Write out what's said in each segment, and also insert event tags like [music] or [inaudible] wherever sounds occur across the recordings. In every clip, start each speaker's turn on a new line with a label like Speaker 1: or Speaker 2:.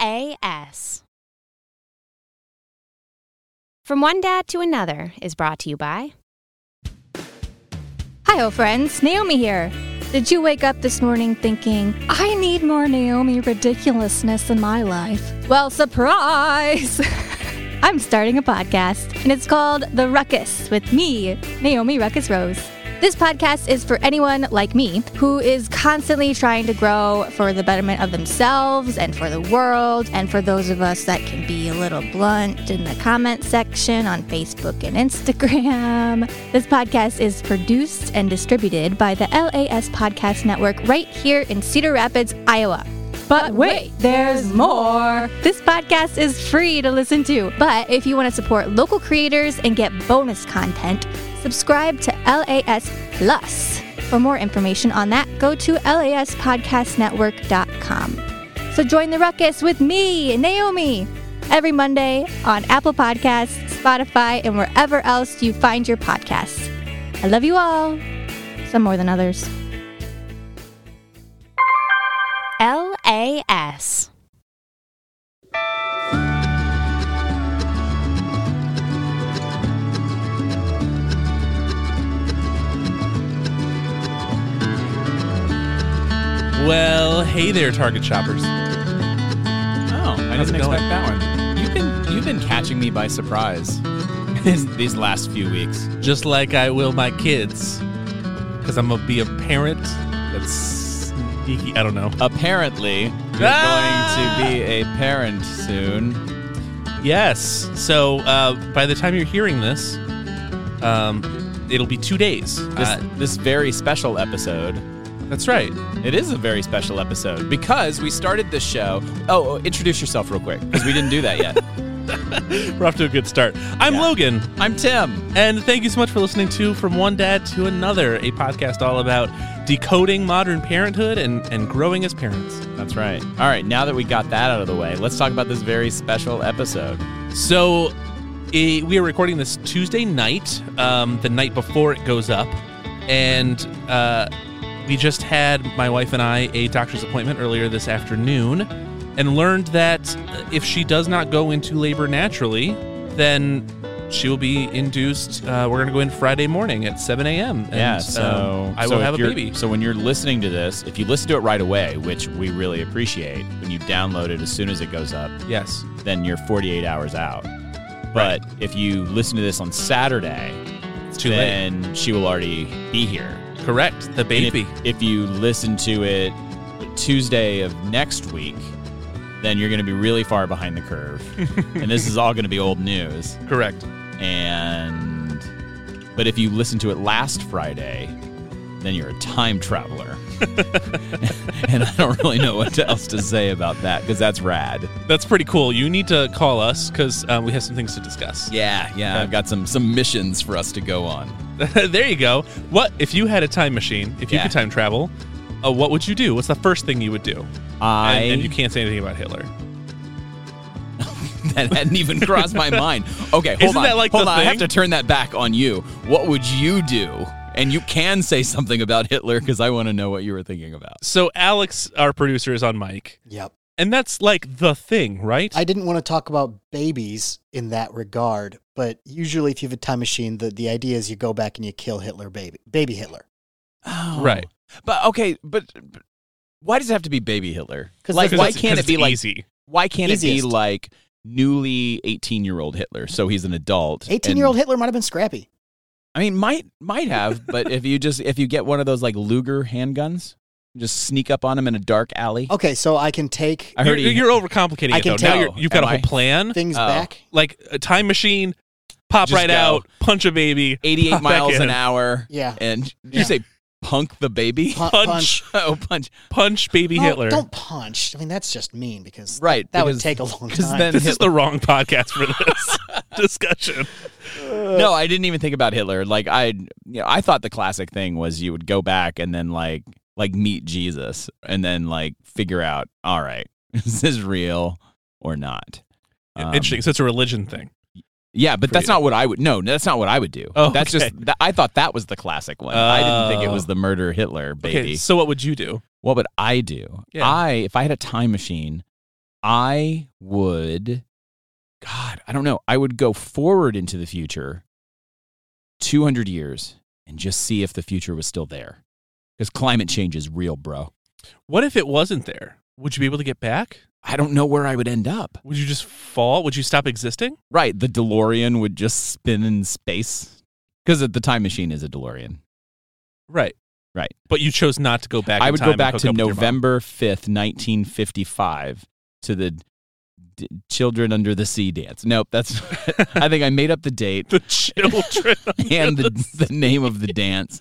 Speaker 1: LAS. From One Dad to Another is brought to you by
Speaker 2: Hi, friends. Naomi here. Did you wake up this morning thinking, I need more Naomi ridiculousness in my life? Well, surprise! [laughs] I'm starting a podcast, and it's called The Ruckus with me, Naomi Ruckus Rose. This podcast is for anyone like me who is constantly trying to grow for the betterment of themselves and for the world, and for those of us that can be a little blunt in the comment section on Facebook and Instagram. [laughs] This podcast is produced and distributed by the LAS Podcast Network right here in Cedar Rapids, Iowa. But wait, there's more. This podcast is free to listen to. But if you want to support local creators and get bonus content, subscribe to LAS Plus. For more information on that, go to laspodcastnetwork.com. So join the ruckus with me, Naomi, every Monday on Apple Podcasts, Spotify, and wherever else you find your podcasts. I love you all, some more than others.
Speaker 1: LAS.
Speaker 3: Well, hey there, Target shoppers.
Speaker 4: Oh, I
Speaker 3: How's
Speaker 4: didn't
Speaker 3: it going?
Speaker 4: expect that one. You've been you've been catching me by surprise [laughs] these, these last few weeks.
Speaker 3: Just like I will my kids, because I'm gonna be a parent. That's geeky. I don't know.
Speaker 4: Apparently, you're
Speaker 3: Ah!
Speaker 4: going to be a parent soon.
Speaker 3: Yes. So uh, by the time you're hearing this, um, it'll be two days.
Speaker 4: This,
Speaker 3: Uh,
Speaker 4: this very special episode.
Speaker 3: that's right.
Speaker 4: It is a very special episode because we started this show. Oh, oh, introduce yourself real quick because we didn't do that yet.
Speaker 3: We're off to a good start. [laughs] I'm
Speaker 4: Yeah.
Speaker 3: Logan,
Speaker 4: I'm Tim.
Speaker 3: and thank you so much for listening to From One Dad to Another, a podcast all about decoding modern parenthood and, and growing as parents.
Speaker 4: That's right. All right, now that we got that out of the way, let's talk about this very special episode.
Speaker 3: So eh, we are recording this Tuesday night, um, the night before it goes up, and uh, we just had my wife and I a doctor's appointment earlier this afternoon, and learned that if she does not go into labor naturally, then she will be induced. Uh, we're going to go in Friday morning at 7 a.m. And,
Speaker 4: yeah,
Speaker 3: um,
Speaker 4: so
Speaker 3: I
Speaker 4: so
Speaker 3: will
Speaker 4: if
Speaker 3: have a
Speaker 4: you're-
Speaker 3: baby.
Speaker 4: So when you're listening to this, if you listen to it right away, which we really appreciate, when you download it as soon as it goes up,
Speaker 3: Yes.
Speaker 4: then you're 48 hours out. But if you listen to this on Saturday,
Speaker 3: It's too late.
Speaker 4: then she will already be here.
Speaker 3: Correct. The
Speaker 4: And if-
Speaker 3: baby.
Speaker 4: If, you listen to it Tuesday of next week, then you're going to be really far behind the curve,
Speaker 3: [laughs]
Speaker 4: and this is all going to be old news.
Speaker 3: Correct.
Speaker 4: And but if you listen to it last Friday, then you're a time
Speaker 3: [laughs]
Speaker 4: traveler. and I don't really know what else to say about that because that's rad.
Speaker 3: That's pretty cool. You need to call us because um, we have some things to discuss.
Speaker 4: Yeah, yeah. I've got some some missions for us to go on.
Speaker 3: [laughs] there you go. What if you had a time machine? If you
Speaker 4: Yeah.
Speaker 3: could time travel, uh, what would you do? What's the first thing you would do?
Speaker 4: I
Speaker 3: and, and you can't say anything about Hitler.
Speaker 4: that hadn't even crossed my mind. Okay, hold
Speaker 3: Isn't
Speaker 4: on.
Speaker 3: that like
Speaker 4: hold
Speaker 3: the
Speaker 4: on. I have to
Speaker 3: thing?
Speaker 4: turn that back on you. What would you do? And you can say something about Hitler because I want to know what you were thinking about.
Speaker 3: So Alex, our producer, is on mic,
Speaker 5: Yep.
Speaker 3: and that's like the thing, right?
Speaker 5: I didn't want to talk about babies in that regard, but usually if you have a time machine, the, the idea is you go back and you kill Hitler baby baby Hitler.
Speaker 4: Oh.
Speaker 3: Right.
Speaker 4: But okay, but, but why does it have to be baby Hitler?
Speaker 5: 'Cause
Speaker 4: Like
Speaker 5: that's-
Speaker 4: why
Speaker 3: 'Cause
Speaker 4: can't it
Speaker 3: it's
Speaker 4: be like
Speaker 3: easy?
Speaker 4: why can't it
Speaker 5: Easiest.
Speaker 4: be like newly 18-year-old Hitler so he's an adult? and-
Speaker 5: 18-year-old Hitler might have been scrappy.
Speaker 4: I mean might might have, but if you just if you get one of those like Luger handguns, just sneak up on him in a dark alley.
Speaker 5: Okay, so I can take
Speaker 4: I heard
Speaker 3: you're,
Speaker 4: he-
Speaker 3: you're overcomplicating
Speaker 5: I
Speaker 3: it
Speaker 5: can
Speaker 3: though.
Speaker 5: tell.
Speaker 3: Now you're, you've got
Speaker 4: Am
Speaker 3: a whole
Speaker 4: I?
Speaker 3: plan,
Speaker 5: things
Speaker 4: Oh.
Speaker 5: back.
Speaker 3: like a time machine, pop
Speaker 4: Just
Speaker 3: right
Speaker 4: go.
Speaker 3: out, punch a baby,
Speaker 4: 88
Speaker 3: pop back
Speaker 4: miles
Speaker 3: in,
Speaker 4: an hour.
Speaker 5: Yeah.
Speaker 4: And did you
Speaker 5: Yeah.
Speaker 4: say punk the baby?
Speaker 5: Pu-
Speaker 3: punch
Speaker 4: oh, [laughs] punch.
Speaker 3: punch baby
Speaker 5: No,
Speaker 3: Hitler.
Speaker 5: Don't punch. I mean that's just mean because
Speaker 4: Right.
Speaker 5: that would
Speaker 4: because-
Speaker 5: take a long
Speaker 4: 'cause
Speaker 5: time.
Speaker 4: then
Speaker 3: This is
Speaker 4: Hitler-
Speaker 3: the wrong podcast for
Speaker 5: [laughs]
Speaker 3: this discussion.
Speaker 4: no, I didn't even think about Hitler. Like I you know, I thought the classic thing was you would go back and then like like meet Jesus and then like figure out, all right, [laughs] is this real or not? Um,
Speaker 3: Interesting. So it's a religion thing.
Speaker 4: Yeah, but
Speaker 3: for
Speaker 4: that's
Speaker 3: you.
Speaker 4: not what I would. No, that's not what I would do.
Speaker 3: Oh,
Speaker 4: that's
Speaker 3: okay.
Speaker 4: just. That, I thought that was the classic one. I didn't think it
Speaker 3: Oh.
Speaker 4: was the murder Hitler baby.
Speaker 3: Okay. So what would you do?
Speaker 4: What would I do?
Speaker 3: Yeah.
Speaker 4: I, if I had a time machine, I would, God, I don't know. I would go forward into the future 200 years and just see if the future was still there. Because climate change is real, bro.
Speaker 3: What if it wasn't there? Would you be able to get back?
Speaker 4: I don't know where I would end up.
Speaker 3: Would you just fall? Would you stop existing?
Speaker 4: Right. The DeLorean would just spin in space. Because the time machine is a DeLorean.
Speaker 3: Right.
Speaker 4: Right.
Speaker 3: But you chose not to go back.
Speaker 4: I
Speaker 3: in
Speaker 4: would
Speaker 3: time
Speaker 4: go
Speaker 3: and
Speaker 4: back
Speaker 3: hook
Speaker 4: to
Speaker 3: up with your mom.
Speaker 4: November 5th, 1955 to the d- Children Under the Sea dance. Nope, that's [laughs] I think I made up the
Speaker 3: [laughs]
Speaker 4: date
Speaker 3: The
Speaker 4: [laughs]
Speaker 3: children.
Speaker 4: and the, the name of the dance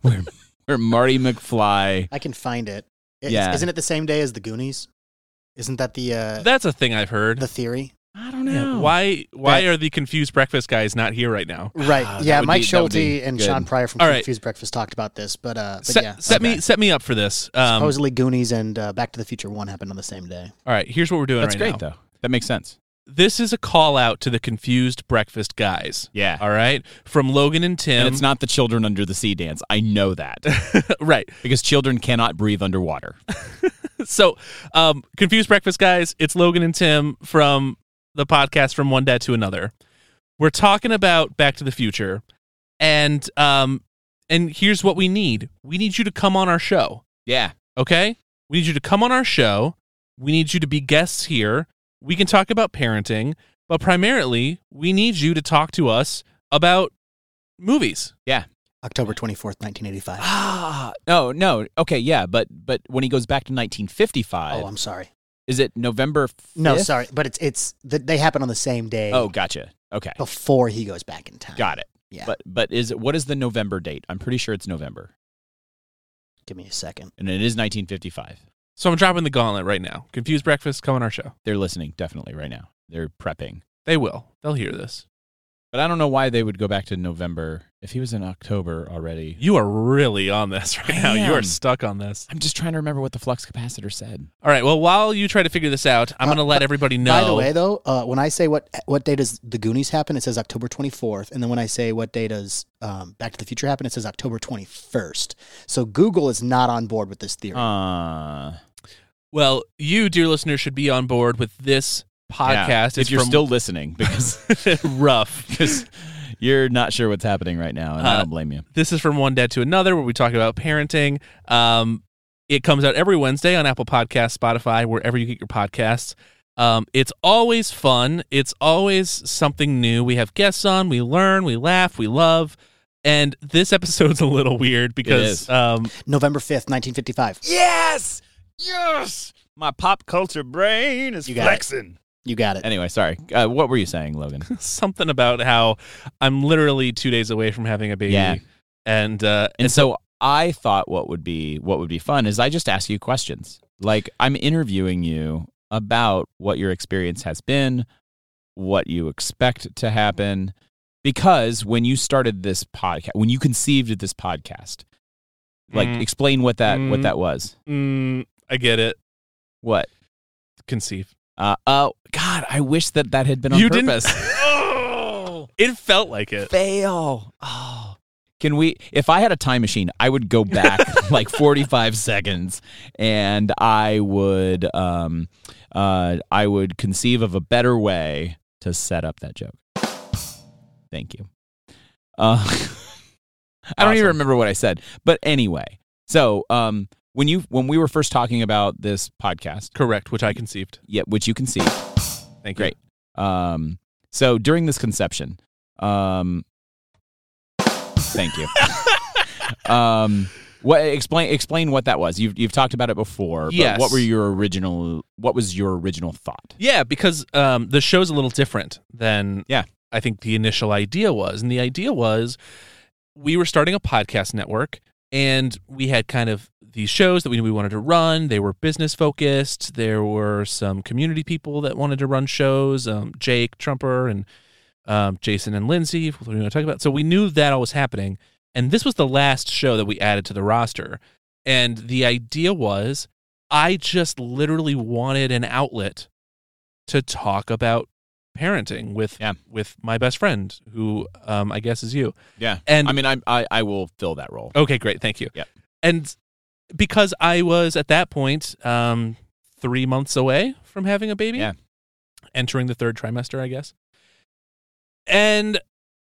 Speaker 4: where, where Marty McFly
Speaker 5: I can find it. It's,
Speaker 4: Yeah.
Speaker 5: Isn't it the same day as the Goonies? Isn't that the
Speaker 3: [laughs]
Speaker 5: uh,
Speaker 3: That's a thing I've heard.
Speaker 5: the theory?
Speaker 4: I don't
Speaker 3: Yeah, Why? Why
Speaker 5: That-
Speaker 3: are the confused breakfast guys not here right now?
Speaker 5: Right.
Speaker 4: Ah, that
Speaker 5: yeah.
Speaker 4: would
Speaker 5: Mike
Speaker 4: be- that would
Speaker 5: Schulte
Speaker 4: be
Speaker 5: and
Speaker 4: good.
Speaker 5: Sean Pryor from
Speaker 3: All right.
Speaker 5: Confused Breakfast talked about this, but uh, but
Speaker 3: set
Speaker 5: yeah.
Speaker 3: set
Speaker 5: okay.
Speaker 3: me set me up for this. Um, all
Speaker 5: Supposedly Goonies and uh, Back to the Future One happened on the same day.
Speaker 3: right, here's what we're doing
Speaker 4: That's
Speaker 3: right
Speaker 4: great
Speaker 3: now.
Speaker 4: though. That makes sense.
Speaker 3: This is a call out to the confused breakfast guys.
Speaker 4: Yeah.
Speaker 3: All right, from Logan and Tim.
Speaker 4: And it's not the Children Under the Sea dance. I know [laughs] that
Speaker 3: [laughs] right.
Speaker 4: because children cannot breathe underwater.
Speaker 3: So, um, confused breakfast guys. It's Logan and Tim from the podcast from one dad to another. We're talking about Back to the Future, and um, and here's what we need. We need you to come on our show.
Speaker 4: Yeah.
Speaker 3: okay? We need you to come on our show. We need you to be guests here. We can talk about parenting, but primarily, we need you to talk to us about movies.
Speaker 5: October twenty fourth, nineteen eighty five.
Speaker 4: Ah, no, no. Okay, yeah, but but when he goes back to 1955,
Speaker 5: Oh, I'm sorry.
Speaker 4: is it November? 5th?
Speaker 5: No, sorry, but it's it's th- they happen on the same day.
Speaker 4: Oh, gotcha. Okay,
Speaker 5: before he goes back in time.
Speaker 4: got it.
Speaker 5: Yeah.
Speaker 4: But but is what is the November date? I'm pretty sure it's November,
Speaker 5: Give me a second.
Speaker 4: and it is 1955.
Speaker 3: So I'm dropping the gauntlet right now. Confused Breakfast, come on our show.
Speaker 4: They're listening definitely right now. They're prepping,
Speaker 3: They will. They'll hear this.
Speaker 4: but I don't know why they would go back to November if he was in October already.
Speaker 3: You are really on this [laughs] right now. You
Speaker 4: am.
Speaker 3: are stuck on this.
Speaker 4: I'm just trying to remember what the flux capacitor said.
Speaker 3: All right. Well, while you try to figure this out, I'm
Speaker 5: Uh,
Speaker 3: going to let everybody know.
Speaker 5: By the way, though, uh, when I say what what day does the Goonies happen, it says October twenty fourth, and then when I say what day does um, Back to the Future happen, it says October twenty first. So Google is not on board with this theory.
Speaker 4: Uh,
Speaker 3: well, you, dear listener, should be on board with this podcast.
Speaker 4: yeah,
Speaker 3: It's
Speaker 4: If you're
Speaker 3: from-
Speaker 4: still listening, [laughs] because
Speaker 3: rough.
Speaker 4: [laughs] because you're not sure what's happening right now, and
Speaker 3: Uh,
Speaker 4: I don't blame you.
Speaker 3: This is from one dad to another, where we talk about parenting. Um, it comes out every Wednesday on Apple Podcasts, Spotify, wherever you get your podcasts. Um, it's always fun. It's always something new. We have guests on. We learn. We laugh. We love. And this episode's a little weird because
Speaker 4: is.
Speaker 3: um, [laughs]
Speaker 5: November fifth, nineteen fifty five.
Speaker 4: Yes, yes. My pop culture brain is
Speaker 5: You got it. You got it.
Speaker 4: Anyway, sorry. Uh, what were you saying, Logan?
Speaker 3: something about how I'm literally two days away from having a baby.
Speaker 4: Yeah.
Speaker 3: And uh,
Speaker 4: And so I thought what would be what would be fun is I just ask you questions. Like I'm interviewing you about what your experience has been, what you expect to happen because when you started this podcast, when you conceived this podcast, like
Speaker 3: Mm.
Speaker 4: explain what that
Speaker 3: Mm.
Speaker 4: what that was.
Speaker 3: mm, I get it.
Speaker 4: What?
Speaker 3: Conceive.
Speaker 4: Uh oh god, I wish that that had been on
Speaker 3: you
Speaker 4: purpose.
Speaker 3: didn't. oh, [laughs] it felt like it.
Speaker 4: fail. Oh. Can we if I had a time machine, I would go back like 45 seconds and I would um uh I would conceive of a better way to set up that joke. Thank you. Uh [laughs] I don't even
Speaker 3: Awesome.
Speaker 4: remember what I said. But anyway. So, um when you when we were first talking about this podcast,
Speaker 3: Correct, which I conceived.
Speaker 4: yeah, which you can see
Speaker 3: Thank
Speaker 4: Great. Um, so during this conception, um, thank you. [laughs] um, what explain explain what that was? You've you've talked about it before.
Speaker 3: Yes.
Speaker 4: But what were your original? What was your original thought?
Speaker 3: you. Yeah, because um, the show's a little different than
Speaker 4: Yeah.
Speaker 3: I think the initial idea was. And the idea was we were starting a podcast network and we had kind of these shows that we knew we wanted to run. They were business focused. There were some community people that wanted to run shows, um, Jake Trumper and um, Jason and Lindsay, what we were going to talk about. So we knew that all was happening. And this was the last show that we added to the roster. And the idea was I just literally wanted an outlet to talk about parenting with
Speaker 4: Yeah.
Speaker 3: with my best friend, who um, I guess is you.
Speaker 4: Yeah.
Speaker 3: And
Speaker 4: I mean, I'm, I I will fill that role.
Speaker 3: Okay, great. Thank you.
Speaker 4: Yep.
Speaker 3: And because I was at that point um, three months away from having a baby.
Speaker 4: Yeah.
Speaker 3: Entering the third trimester, I guess. And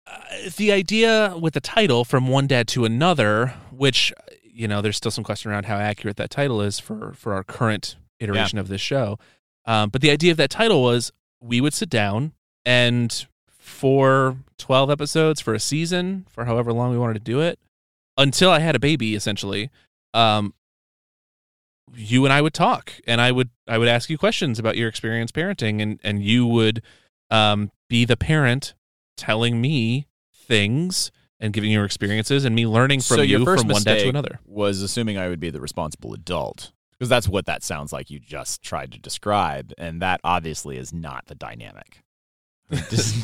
Speaker 3: uh, the idea with the title, From One Dad to Another, which, you know, there's still some question around how accurate that title is for, for our current iteration of this show. Um, but the idea of that title was we would sit down and for 12 episodes for a season for however long we wanted to do it until i had a baby essentially um, you and i would talk and i would i would ask you questions about your experience parenting and and you would um, be the parent telling me things and giving your experiences and me learning from
Speaker 4: so
Speaker 3: you
Speaker 4: your first
Speaker 3: from one dad to
Speaker 4: mistake
Speaker 3: another
Speaker 4: was assuming I would be the responsible adult because that's what that sounds like you just tried to describe, and that obviously is not the [laughs] dynamic. Des-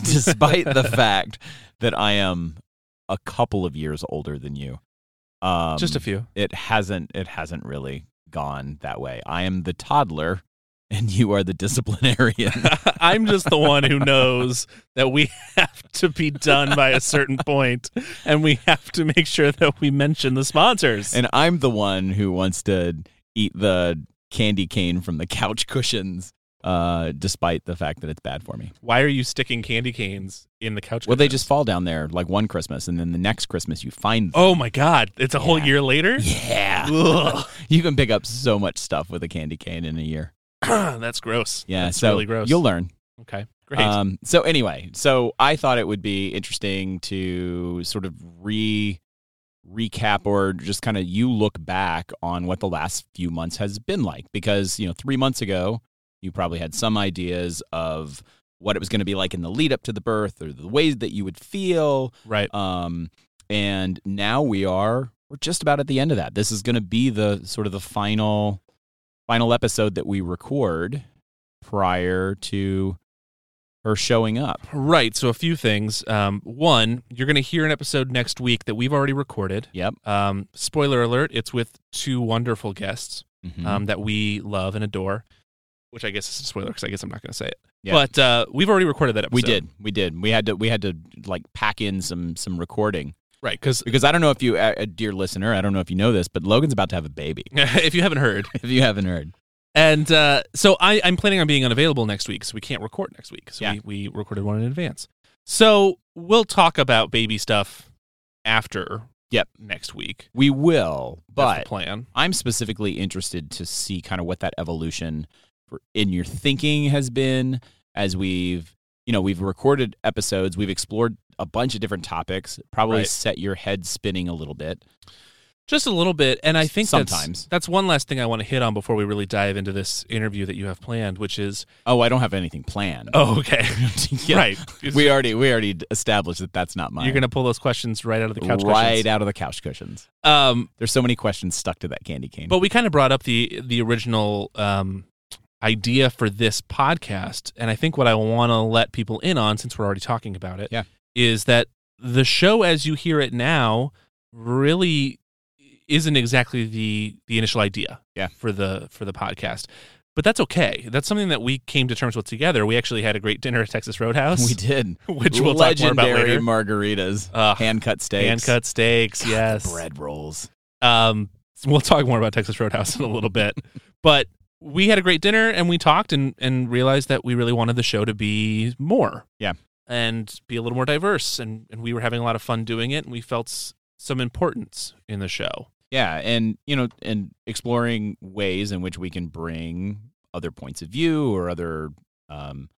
Speaker 4: despite the fact that I am a couple of years older than you, um,
Speaker 3: just a few
Speaker 4: it hasn't it hasn't really gone that way. I am the toddler, and you are the disciplinarian. [laughs]
Speaker 3: I'm just the one who knows that we have to be done by a certain point, and we have to make sure that we mention the sponsors.
Speaker 4: And I'm the one who wants to eat the candy cane from the couch cushions, uh, despite the fact that it's bad for me.
Speaker 3: Why are you sticking candy canes in the couch?
Speaker 4: Well, they
Speaker 3: cushions?
Speaker 4: just fall down there like one Christmas, and then the next Christmas you find them.
Speaker 3: Oh my god! It's a whole year later.
Speaker 4: Yeah.
Speaker 3: Ugh.
Speaker 4: [laughs]
Speaker 3: [clears throat]
Speaker 4: you can pick up so much stuff with a candy cane in a year.
Speaker 3: That's gross.
Speaker 4: Yeah.
Speaker 3: That's
Speaker 4: so
Speaker 3: really gross.
Speaker 4: You'll learn.
Speaker 3: okay, great.
Speaker 4: Um, so anyway, so I thought it would be interesting to sort of re recap or just kind of you look back on what the last few months has been like because you know three months ago you probably had some ideas of what it was going to be like in the lead up to the birth or the ways that you would feel
Speaker 3: right.
Speaker 4: um, and now we are we're just about at the end of that. This is going to be the sort of the final final episode that we record prior to her showing up.
Speaker 3: Right. So a few things. Um, one, you're going to hear an episode next week that we've already recorded.
Speaker 4: Yep.
Speaker 3: Um, spoiler alert: it's with two wonderful guests.
Speaker 4: Mhm.
Speaker 3: um, that we love and adore, which I guess is a spoiler because I guess I'm not going to say it.
Speaker 4: Yeah.
Speaker 3: But uh, we've already recorded that episode.
Speaker 4: we did. We did. We had to we had to like pack in some some recording
Speaker 3: Right. Because
Speaker 4: because I don't know if you uh, uh, dear listener, I don't know if you know this, but Logan's about to have a baby.
Speaker 3: [laughs] if you haven't heard.
Speaker 4: [laughs] If you haven't heard.
Speaker 3: And uh, so I, I'm planning on being unavailable next week, so we can't record next week. So
Speaker 4: Yeah.
Speaker 3: we, we recorded one in advance. So we'll talk about baby stuff after
Speaker 4: Yep.
Speaker 3: next week.
Speaker 4: We will,
Speaker 3: That's the
Speaker 4: but
Speaker 3: plan.
Speaker 4: I'm specifically interested to see kind of what that evolution for, in your thinking has been as we've, you know, we've recorded episodes, we've explored a bunch of different topics, probably
Speaker 3: Right.
Speaker 4: set your head spinning a little bit.
Speaker 3: Just a little bit, and I think that's-
Speaker 4: Sometimes.
Speaker 3: that's, one last thing I want to hit on before we really dive into this interview that you have planned, which is
Speaker 4: Oh, I don't have anything planned.
Speaker 3: oh, okay,
Speaker 4: Yeah.
Speaker 3: right.
Speaker 4: [laughs] We already we already established that that's not mine.
Speaker 3: You're gonna pull those questions right out of the couch.
Speaker 4: right
Speaker 3: cushions.
Speaker 4: out of the couch cushions.
Speaker 3: Um,
Speaker 4: There's so many questions stuck to that candy cane.
Speaker 3: but we kind of brought up the the original um, idea for this podcast, and I think what I want to let people in on, since we're already talking about it, is
Speaker 4: Yeah.
Speaker 3: that the show as you hear it now really isn't exactly the the initial idea
Speaker 4: Yeah.
Speaker 3: for the for the podcast. But that's okay. That's something that we came to terms with together. We actually had a great dinner at Texas Roadhouse, [laughs]
Speaker 4: we did.
Speaker 3: which we'll talk more about
Speaker 4: Legendary
Speaker 3: later.
Speaker 4: margaritas,
Speaker 3: Uh,
Speaker 4: hand cut steaks,
Speaker 3: hand cut steaks,
Speaker 4: God, the
Speaker 3: yes.
Speaker 4: bread rolls.
Speaker 3: Um, so we'll talk more about Texas Roadhouse [laughs] in a little bit, but we had a great dinner and we talked and and realized that we really wanted the show to be more,
Speaker 4: Yeah.
Speaker 3: and be a little more diverse. And and we were having a lot of fun doing it, and we felt s- some importance in the show.
Speaker 4: Yeah, and you know, and exploring ways in which we can bring other points of view or other um,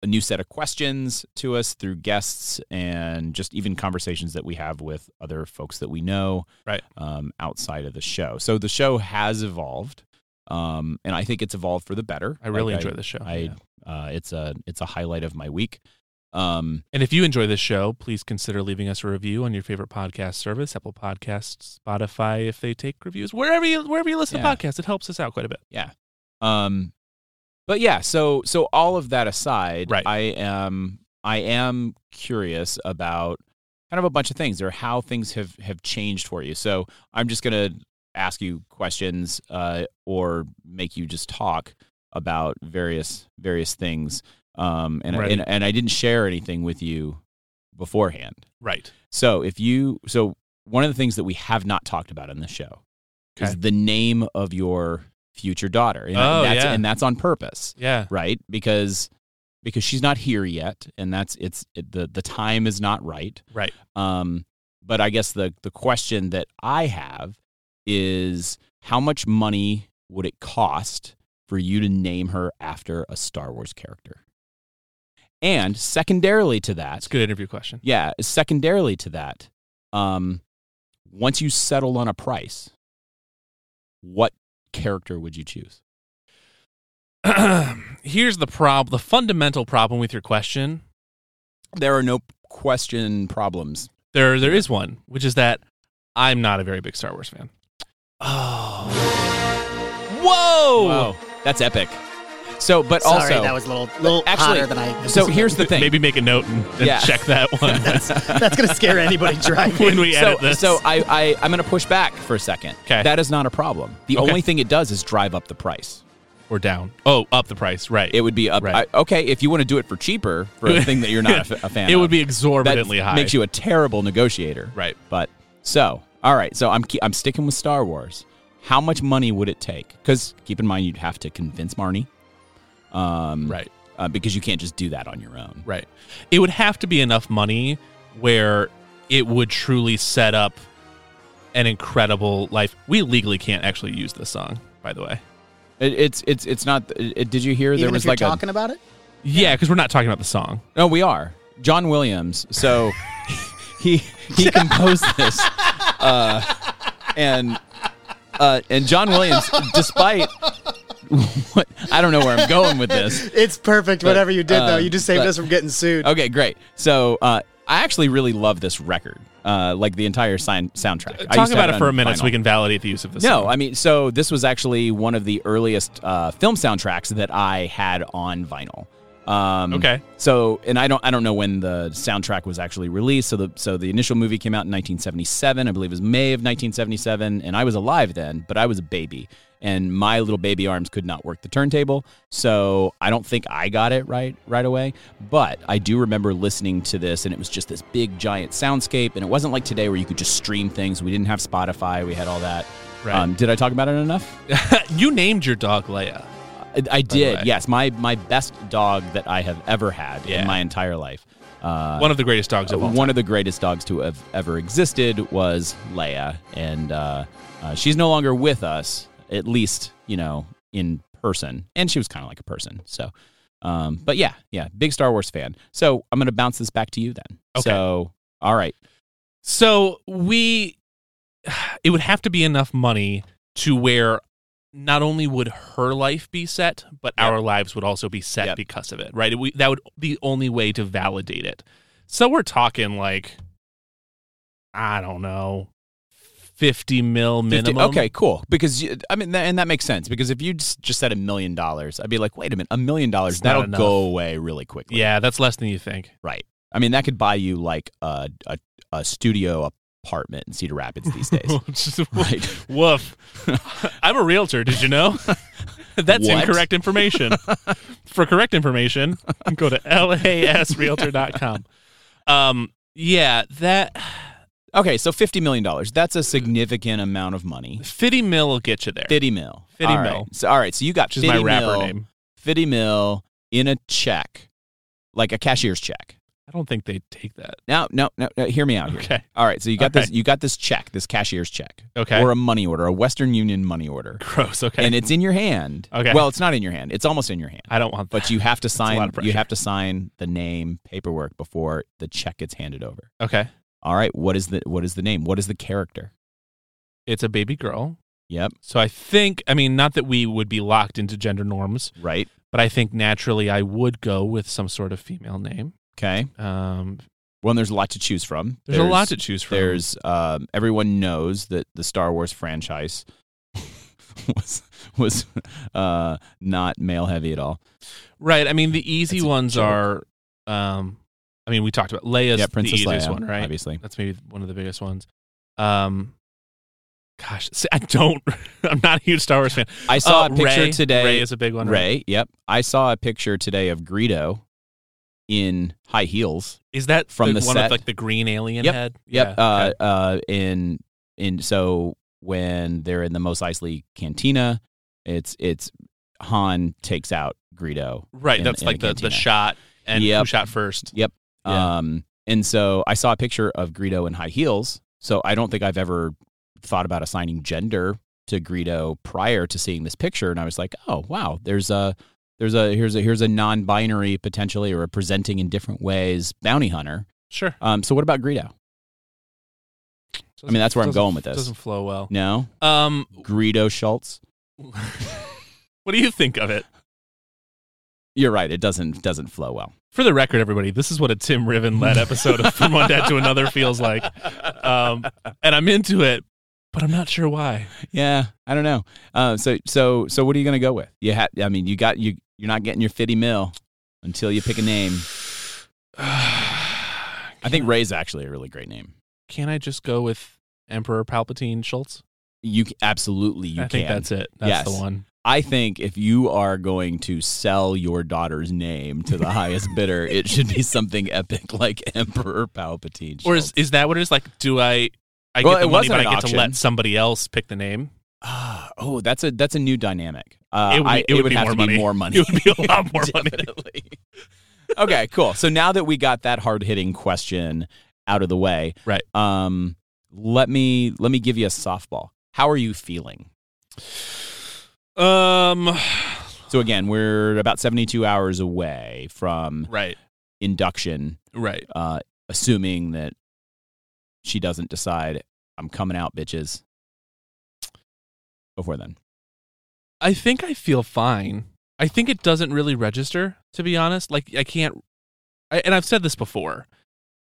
Speaker 4: a new set of questions to us through guests and just even conversations that we have with other folks that we know
Speaker 3: Right.
Speaker 4: um, outside of the show. So the show has evolved, um, and I think it's evolved for the better.
Speaker 3: I really
Speaker 4: Like,
Speaker 3: enjoy the show.
Speaker 4: I,
Speaker 3: yeah.
Speaker 4: uh, it's a it's a highlight of my week. Um,
Speaker 3: And if you enjoy this show, please consider leaving us a review on your favorite podcast service, Apple Podcasts, Spotify, if they take reviews, wherever you wherever you listen
Speaker 4: Yeah.
Speaker 3: to podcasts, it helps us out quite a bit.
Speaker 4: Um, but yeah, so so all of that aside,
Speaker 3: Right.
Speaker 4: I am I am curious about kind of a bunch of things or how things have have changed for you. So I'm just gonna ask you questions uh, or make you just talk about various various things. Um, and,
Speaker 3: Right.
Speaker 4: and and I didn't share anything with you beforehand.
Speaker 3: Right.
Speaker 4: So if you so one of the things that we have not talked about on the show
Speaker 3: Okay.
Speaker 4: is the name of your future daughter. And
Speaker 3: Oh,
Speaker 4: that's,
Speaker 3: yeah.
Speaker 4: and that's on purpose,
Speaker 3: Yeah.
Speaker 4: right? Because because she's not here yet, and that's it's it, the the time is not right.
Speaker 3: Right.
Speaker 4: Um, but I guess the the question that I have is how much money would it cost for you to name her after a Star Wars character? And secondarily to that,
Speaker 3: That's a good interview question.
Speaker 4: yeah, secondarily to that, um, once you settle on a price, what character would you choose?
Speaker 3: Here's the problem, the fundamental problem with your question.
Speaker 4: There are no question problems.
Speaker 3: There there is one, which is that I'm not a very big Star Wars fan. Oh. Whoa.
Speaker 4: Whoa, that's epic. So, but
Speaker 5: Sorry,
Speaker 4: also,
Speaker 5: that was a little, little
Speaker 4: actually-
Speaker 5: hotter than I.
Speaker 4: so here's the thing.
Speaker 3: Maybe make a note and, and
Speaker 4: Yeah.
Speaker 3: check that one
Speaker 5: [laughs]
Speaker 3: [laughs]
Speaker 5: that's gonna
Speaker 4: [laughs]
Speaker 5: scare anybody driving.
Speaker 3: when we
Speaker 4: so,
Speaker 3: edit this.
Speaker 4: so I, I, I'm going to push back for a second.
Speaker 3: 'Kay.
Speaker 4: That is not a problem. The
Speaker 3: Okay.
Speaker 4: only thing it does is drive up the price.
Speaker 3: or down. Oh, up the price. Right.
Speaker 4: It would be up.
Speaker 3: Right.
Speaker 4: I- okay, if you want to do it for cheaper for
Speaker 3: [laughs]
Speaker 4: a thing that you're not a f- a fan
Speaker 3: It
Speaker 4: of,
Speaker 3: would be
Speaker 4: that
Speaker 3: exorbitantly high.
Speaker 4: makes you a terrible negotiator.
Speaker 3: Right.
Speaker 4: But so, all right. So I'm, ke- I'm sticking with Star Wars. How much money would it take? Because keep in mind, you'd have to convince Marnie
Speaker 3: right.
Speaker 4: uh, because you can't just do that on your own.
Speaker 3: Right. It would have to be enough money where it would truly set up an incredible life. We legally can't actually use this song, by the way.
Speaker 4: It, it's it's it's not. It, it- did you hear
Speaker 5: Even
Speaker 4: there was
Speaker 5: if you're
Speaker 4: like a
Speaker 5: talking about it,
Speaker 3: Yeah, because we're not talking about the song.
Speaker 4: No, we are. John Williams. So [laughs] he he composed this, uh, and uh, and John Williams, despite [laughs] what I don't know where I'm going with this.
Speaker 5: it's perfect. Whatever you did, though,
Speaker 4: uh,
Speaker 5: you just saved
Speaker 4: but-
Speaker 5: us from getting sued.
Speaker 4: Okay, great. So uh, I actually really love this record, uh, like the entire sign- soundtrack. I
Speaker 3: Uh, Talk
Speaker 4: used to have
Speaker 3: about it for a
Speaker 4: on
Speaker 3: minute so we
Speaker 4: vinyl.
Speaker 3: can validate the use of this
Speaker 4: No,
Speaker 3: song.
Speaker 4: I mean, so this was actually one of the earliest uh, film soundtracks that I had on vinyl. Um,
Speaker 3: Okay.
Speaker 4: So, and I don't, I don't know when the soundtrack was actually released. So the, so the initial movie came out in 1977. I believe it was May of 1977, and I was alive then, but I was a baby, and my little baby arms could not work the turntable. So I don't think I got it right right away. But I do remember listening to this, and it was just this big giant soundscape, and it wasn't like today where you could just stream things. We didn't have Spotify. We had all that.
Speaker 3: Right.
Speaker 4: Um, did I talk about it enough?
Speaker 3: [laughs] you named your dog Leia.
Speaker 4: I, I
Speaker 3: way.
Speaker 4: did. Yes, my my best dog that I have ever had
Speaker 3: Yeah.
Speaker 4: in my entire life. Uh,
Speaker 3: one of the greatest dogs of all
Speaker 4: one of the greatest dogs to have ever existed was Leia, and uh, uh, she's no longer with us. At least you know in person, and she was kind of like a person. So, um, but yeah, yeah, big Star Wars fan. So I'm gonna bounce this back to you then.
Speaker 3: Okay.
Speaker 4: So all right,
Speaker 3: So we, [sighs] it would have to be enough money to where not only would her life be set, but
Speaker 4: Yep.
Speaker 3: our lives would also be set
Speaker 4: Yep.
Speaker 3: because of it, right? We, that would the only way to validate it. So we're talking like, I don't know, fifty mil
Speaker 4: 50
Speaker 3: minimum.
Speaker 4: okay, cool. Because you, I mean, tha- and that makes sense. Because if you just, just said a million dollars, I'd be like, wait a minute, a million dollars
Speaker 3: It's not
Speaker 4: that'll
Speaker 3: enough.
Speaker 4: go away really quickly.
Speaker 3: yeah, that's less than you think.
Speaker 4: Right. I mean, that could buy you like a a, a studio apartment in Cedar Rapids these
Speaker 3: [laughs]
Speaker 4: days. right.
Speaker 3: Woof. [laughs] I'm a realtor. Did you know? [laughs] That's
Speaker 4: What?
Speaker 3: incorrect
Speaker 4: [laughs]
Speaker 3: information. For correct information, go to lasrealtor.com. Um, yeah, that
Speaker 4: Okay, so fifty million dollars. That's a significant amount of money.
Speaker 3: fifty mil will get you there,
Speaker 4: Fifty mil.
Speaker 3: 50
Speaker 4: All right.
Speaker 3: mil.
Speaker 4: So all right, so you got
Speaker 3: which is
Speaker 4: 50
Speaker 3: my rapper
Speaker 4: mil,
Speaker 3: name.
Speaker 4: Fifty mil in a check, like a cashier's check.
Speaker 3: I don't think they take that. [laughs]
Speaker 4: Now, no, no, no, hear me out here.
Speaker 3: Okay.
Speaker 4: All right, so you got
Speaker 3: Okay.
Speaker 4: this. You got this check, this cashier's check,
Speaker 3: Okay.
Speaker 4: or a money order, a Western Union money order,
Speaker 3: Gross. Okay.
Speaker 4: and it's in your hand.
Speaker 3: Okay.
Speaker 4: Well, it's not in your hand. It's almost in your hand.
Speaker 3: I don't want that.
Speaker 4: but you have to
Speaker 3: lot
Speaker 4: sign
Speaker 3: of pressure.
Speaker 4: you have to sign the name paperwork before the check gets handed over
Speaker 3: okay.
Speaker 4: all right what is the what is the name what is the character
Speaker 3: It's a baby girl.
Speaker 4: yep
Speaker 3: So I think, I mean, not that we would be locked into gender norms,
Speaker 4: right
Speaker 3: but I think naturally I would go with some sort of female name.
Speaker 4: okay
Speaker 3: Um,
Speaker 4: well and there's a lot to choose from
Speaker 3: there's, a lot to choose from.
Speaker 4: there's um, everyone knows that the star wars franchise [laughs] was was uh not male heavy at all
Speaker 3: Right. I mean, the easy
Speaker 4: It's a
Speaker 3: ones
Speaker 4: joke.
Speaker 3: are, um, I mean, we talked about Leia's
Speaker 4: yeah princess
Speaker 3: the easiest
Speaker 4: leia
Speaker 3: one, right? Uh,
Speaker 4: obviously
Speaker 3: That's maybe one of the biggest ones. Um, gosh, see, I don't. [laughs] I'm not a huge Star Wars fan.
Speaker 4: i saw
Speaker 3: Uh,
Speaker 4: a picture
Speaker 3: Rey-
Speaker 4: today
Speaker 3: Rey is a big one. right?
Speaker 4: Rey, yep i saw a picture today of greedo in high heels
Speaker 3: is that
Speaker 4: from the
Speaker 3: one with
Speaker 4: set.
Speaker 3: like the green alien
Speaker 4: Yep,
Speaker 3: head?
Speaker 4: Yep.
Speaker 3: Yeah,
Speaker 4: uh,
Speaker 3: okay.
Speaker 4: uh, in in so when they're in the Mos Eisley Cantina, It's it's Han takes out Greedo.
Speaker 3: Right.
Speaker 4: In-
Speaker 3: that's
Speaker 4: in
Speaker 3: like
Speaker 4: the
Speaker 3: the, the
Speaker 4: cantina.
Speaker 3: shot and who
Speaker 4: Yep.
Speaker 3: shot first. Yeah.
Speaker 4: Um, and so I saw a picture of Greedo in high heels. So I don't think I've ever thought about assigning gender to Greedo prior to seeing this picture, and I was like, oh wow, there's a there's a here's a here's a non-binary potentially or a presenting in different ways bounty hunter.
Speaker 3: Sure.
Speaker 4: Um, so what about Greedo? I mean, that's where I'm
Speaker 3: Doesn't-
Speaker 4: going with this.
Speaker 3: Doesn't flow well.
Speaker 4: No,
Speaker 3: Um, [laughs]
Speaker 4: Greedo Schultz.
Speaker 3: what do you think of it?
Speaker 4: You're right. It doesn't doesn't flow well.
Speaker 3: For the record, everybody, this is what a Tim Riven led episode of From One Dad to Another feels [laughs] like. Um, and I'm into it, but I'm not sure why.
Speaker 4: Yeah, I don't know. Uh, so so so what are you gonna go with? You ha- I mean, you got you you're not getting your fifty mil until you pick
Speaker 3: [sighs]
Speaker 4: a name. I think Ray's actually a really great name.
Speaker 3: Can I just go with Emperor Palpatine Schultz?
Speaker 4: You c- absolutely you
Speaker 3: I
Speaker 4: can.
Speaker 3: think that's it. That's
Speaker 4: Yes.
Speaker 3: the one.
Speaker 4: I think if you are going to sell your daughter's name to the highest bidder, it
Speaker 3: [laughs]
Speaker 4: should be something epic like Emperor Palpatine.
Speaker 3: Or is,
Speaker 4: Schultz.
Speaker 3: is that what it is? Like, do I? I get the
Speaker 4: Well, it
Speaker 3: money,
Speaker 4: wasn't
Speaker 3: but I
Speaker 4: an
Speaker 3: get to
Speaker 4: auction.
Speaker 3: let somebody else pick the name.
Speaker 4: Ah, oh, that's a that's a new dynamic. Uh,
Speaker 3: It would be-
Speaker 4: I-
Speaker 3: it would be
Speaker 4: have
Speaker 3: more
Speaker 4: to
Speaker 3: money. [laughs]
Speaker 4: be more money.
Speaker 3: It would be a lot
Speaker 4: [laughs]
Speaker 3: more money.
Speaker 4: Definitely. okay, cool. So now that we got that hard hitting question out of the way,
Speaker 3: Right.
Speaker 4: Um, let me let me give you a softball. How are you feeling?
Speaker 3: Um,
Speaker 4: So again, we're about seventy two hours away from
Speaker 3: right,
Speaker 4: induction,
Speaker 3: right.
Speaker 4: uh, assuming that she doesn't decide I'm coming out, bitches. Before then,
Speaker 3: I think I feel fine. I think it doesn't really register, to be honest. Like I can't, I, and I've said this before.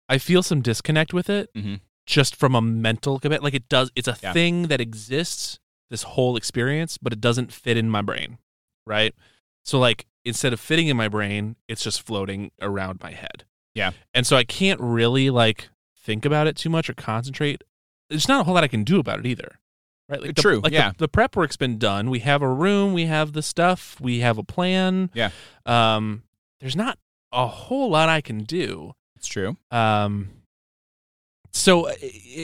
Speaker 3: I feel some disconnect with it,
Speaker 4: Mhm.
Speaker 3: just from a mental commit. Like it does, it's a
Speaker 4: Yeah.
Speaker 3: thing that exists. This whole experience, but it doesn't fit in my brain, right? So like instead of fitting in my brain, it's just floating around my head.
Speaker 4: Yeah.
Speaker 3: and so I can't really like think about it too much or concentrate. There's not a whole lot I can do about it either, right? Like the,
Speaker 4: True,
Speaker 3: Like the-
Speaker 4: yeah.
Speaker 3: the prep work's been done. We have a room, we have the stuff, we have a plan.
Speaker 4: Yeah.
Speaker 3: Um, there's not a whole lot I can do.
Speaker 4: it's true.
Speaker 3: Um, so i- i-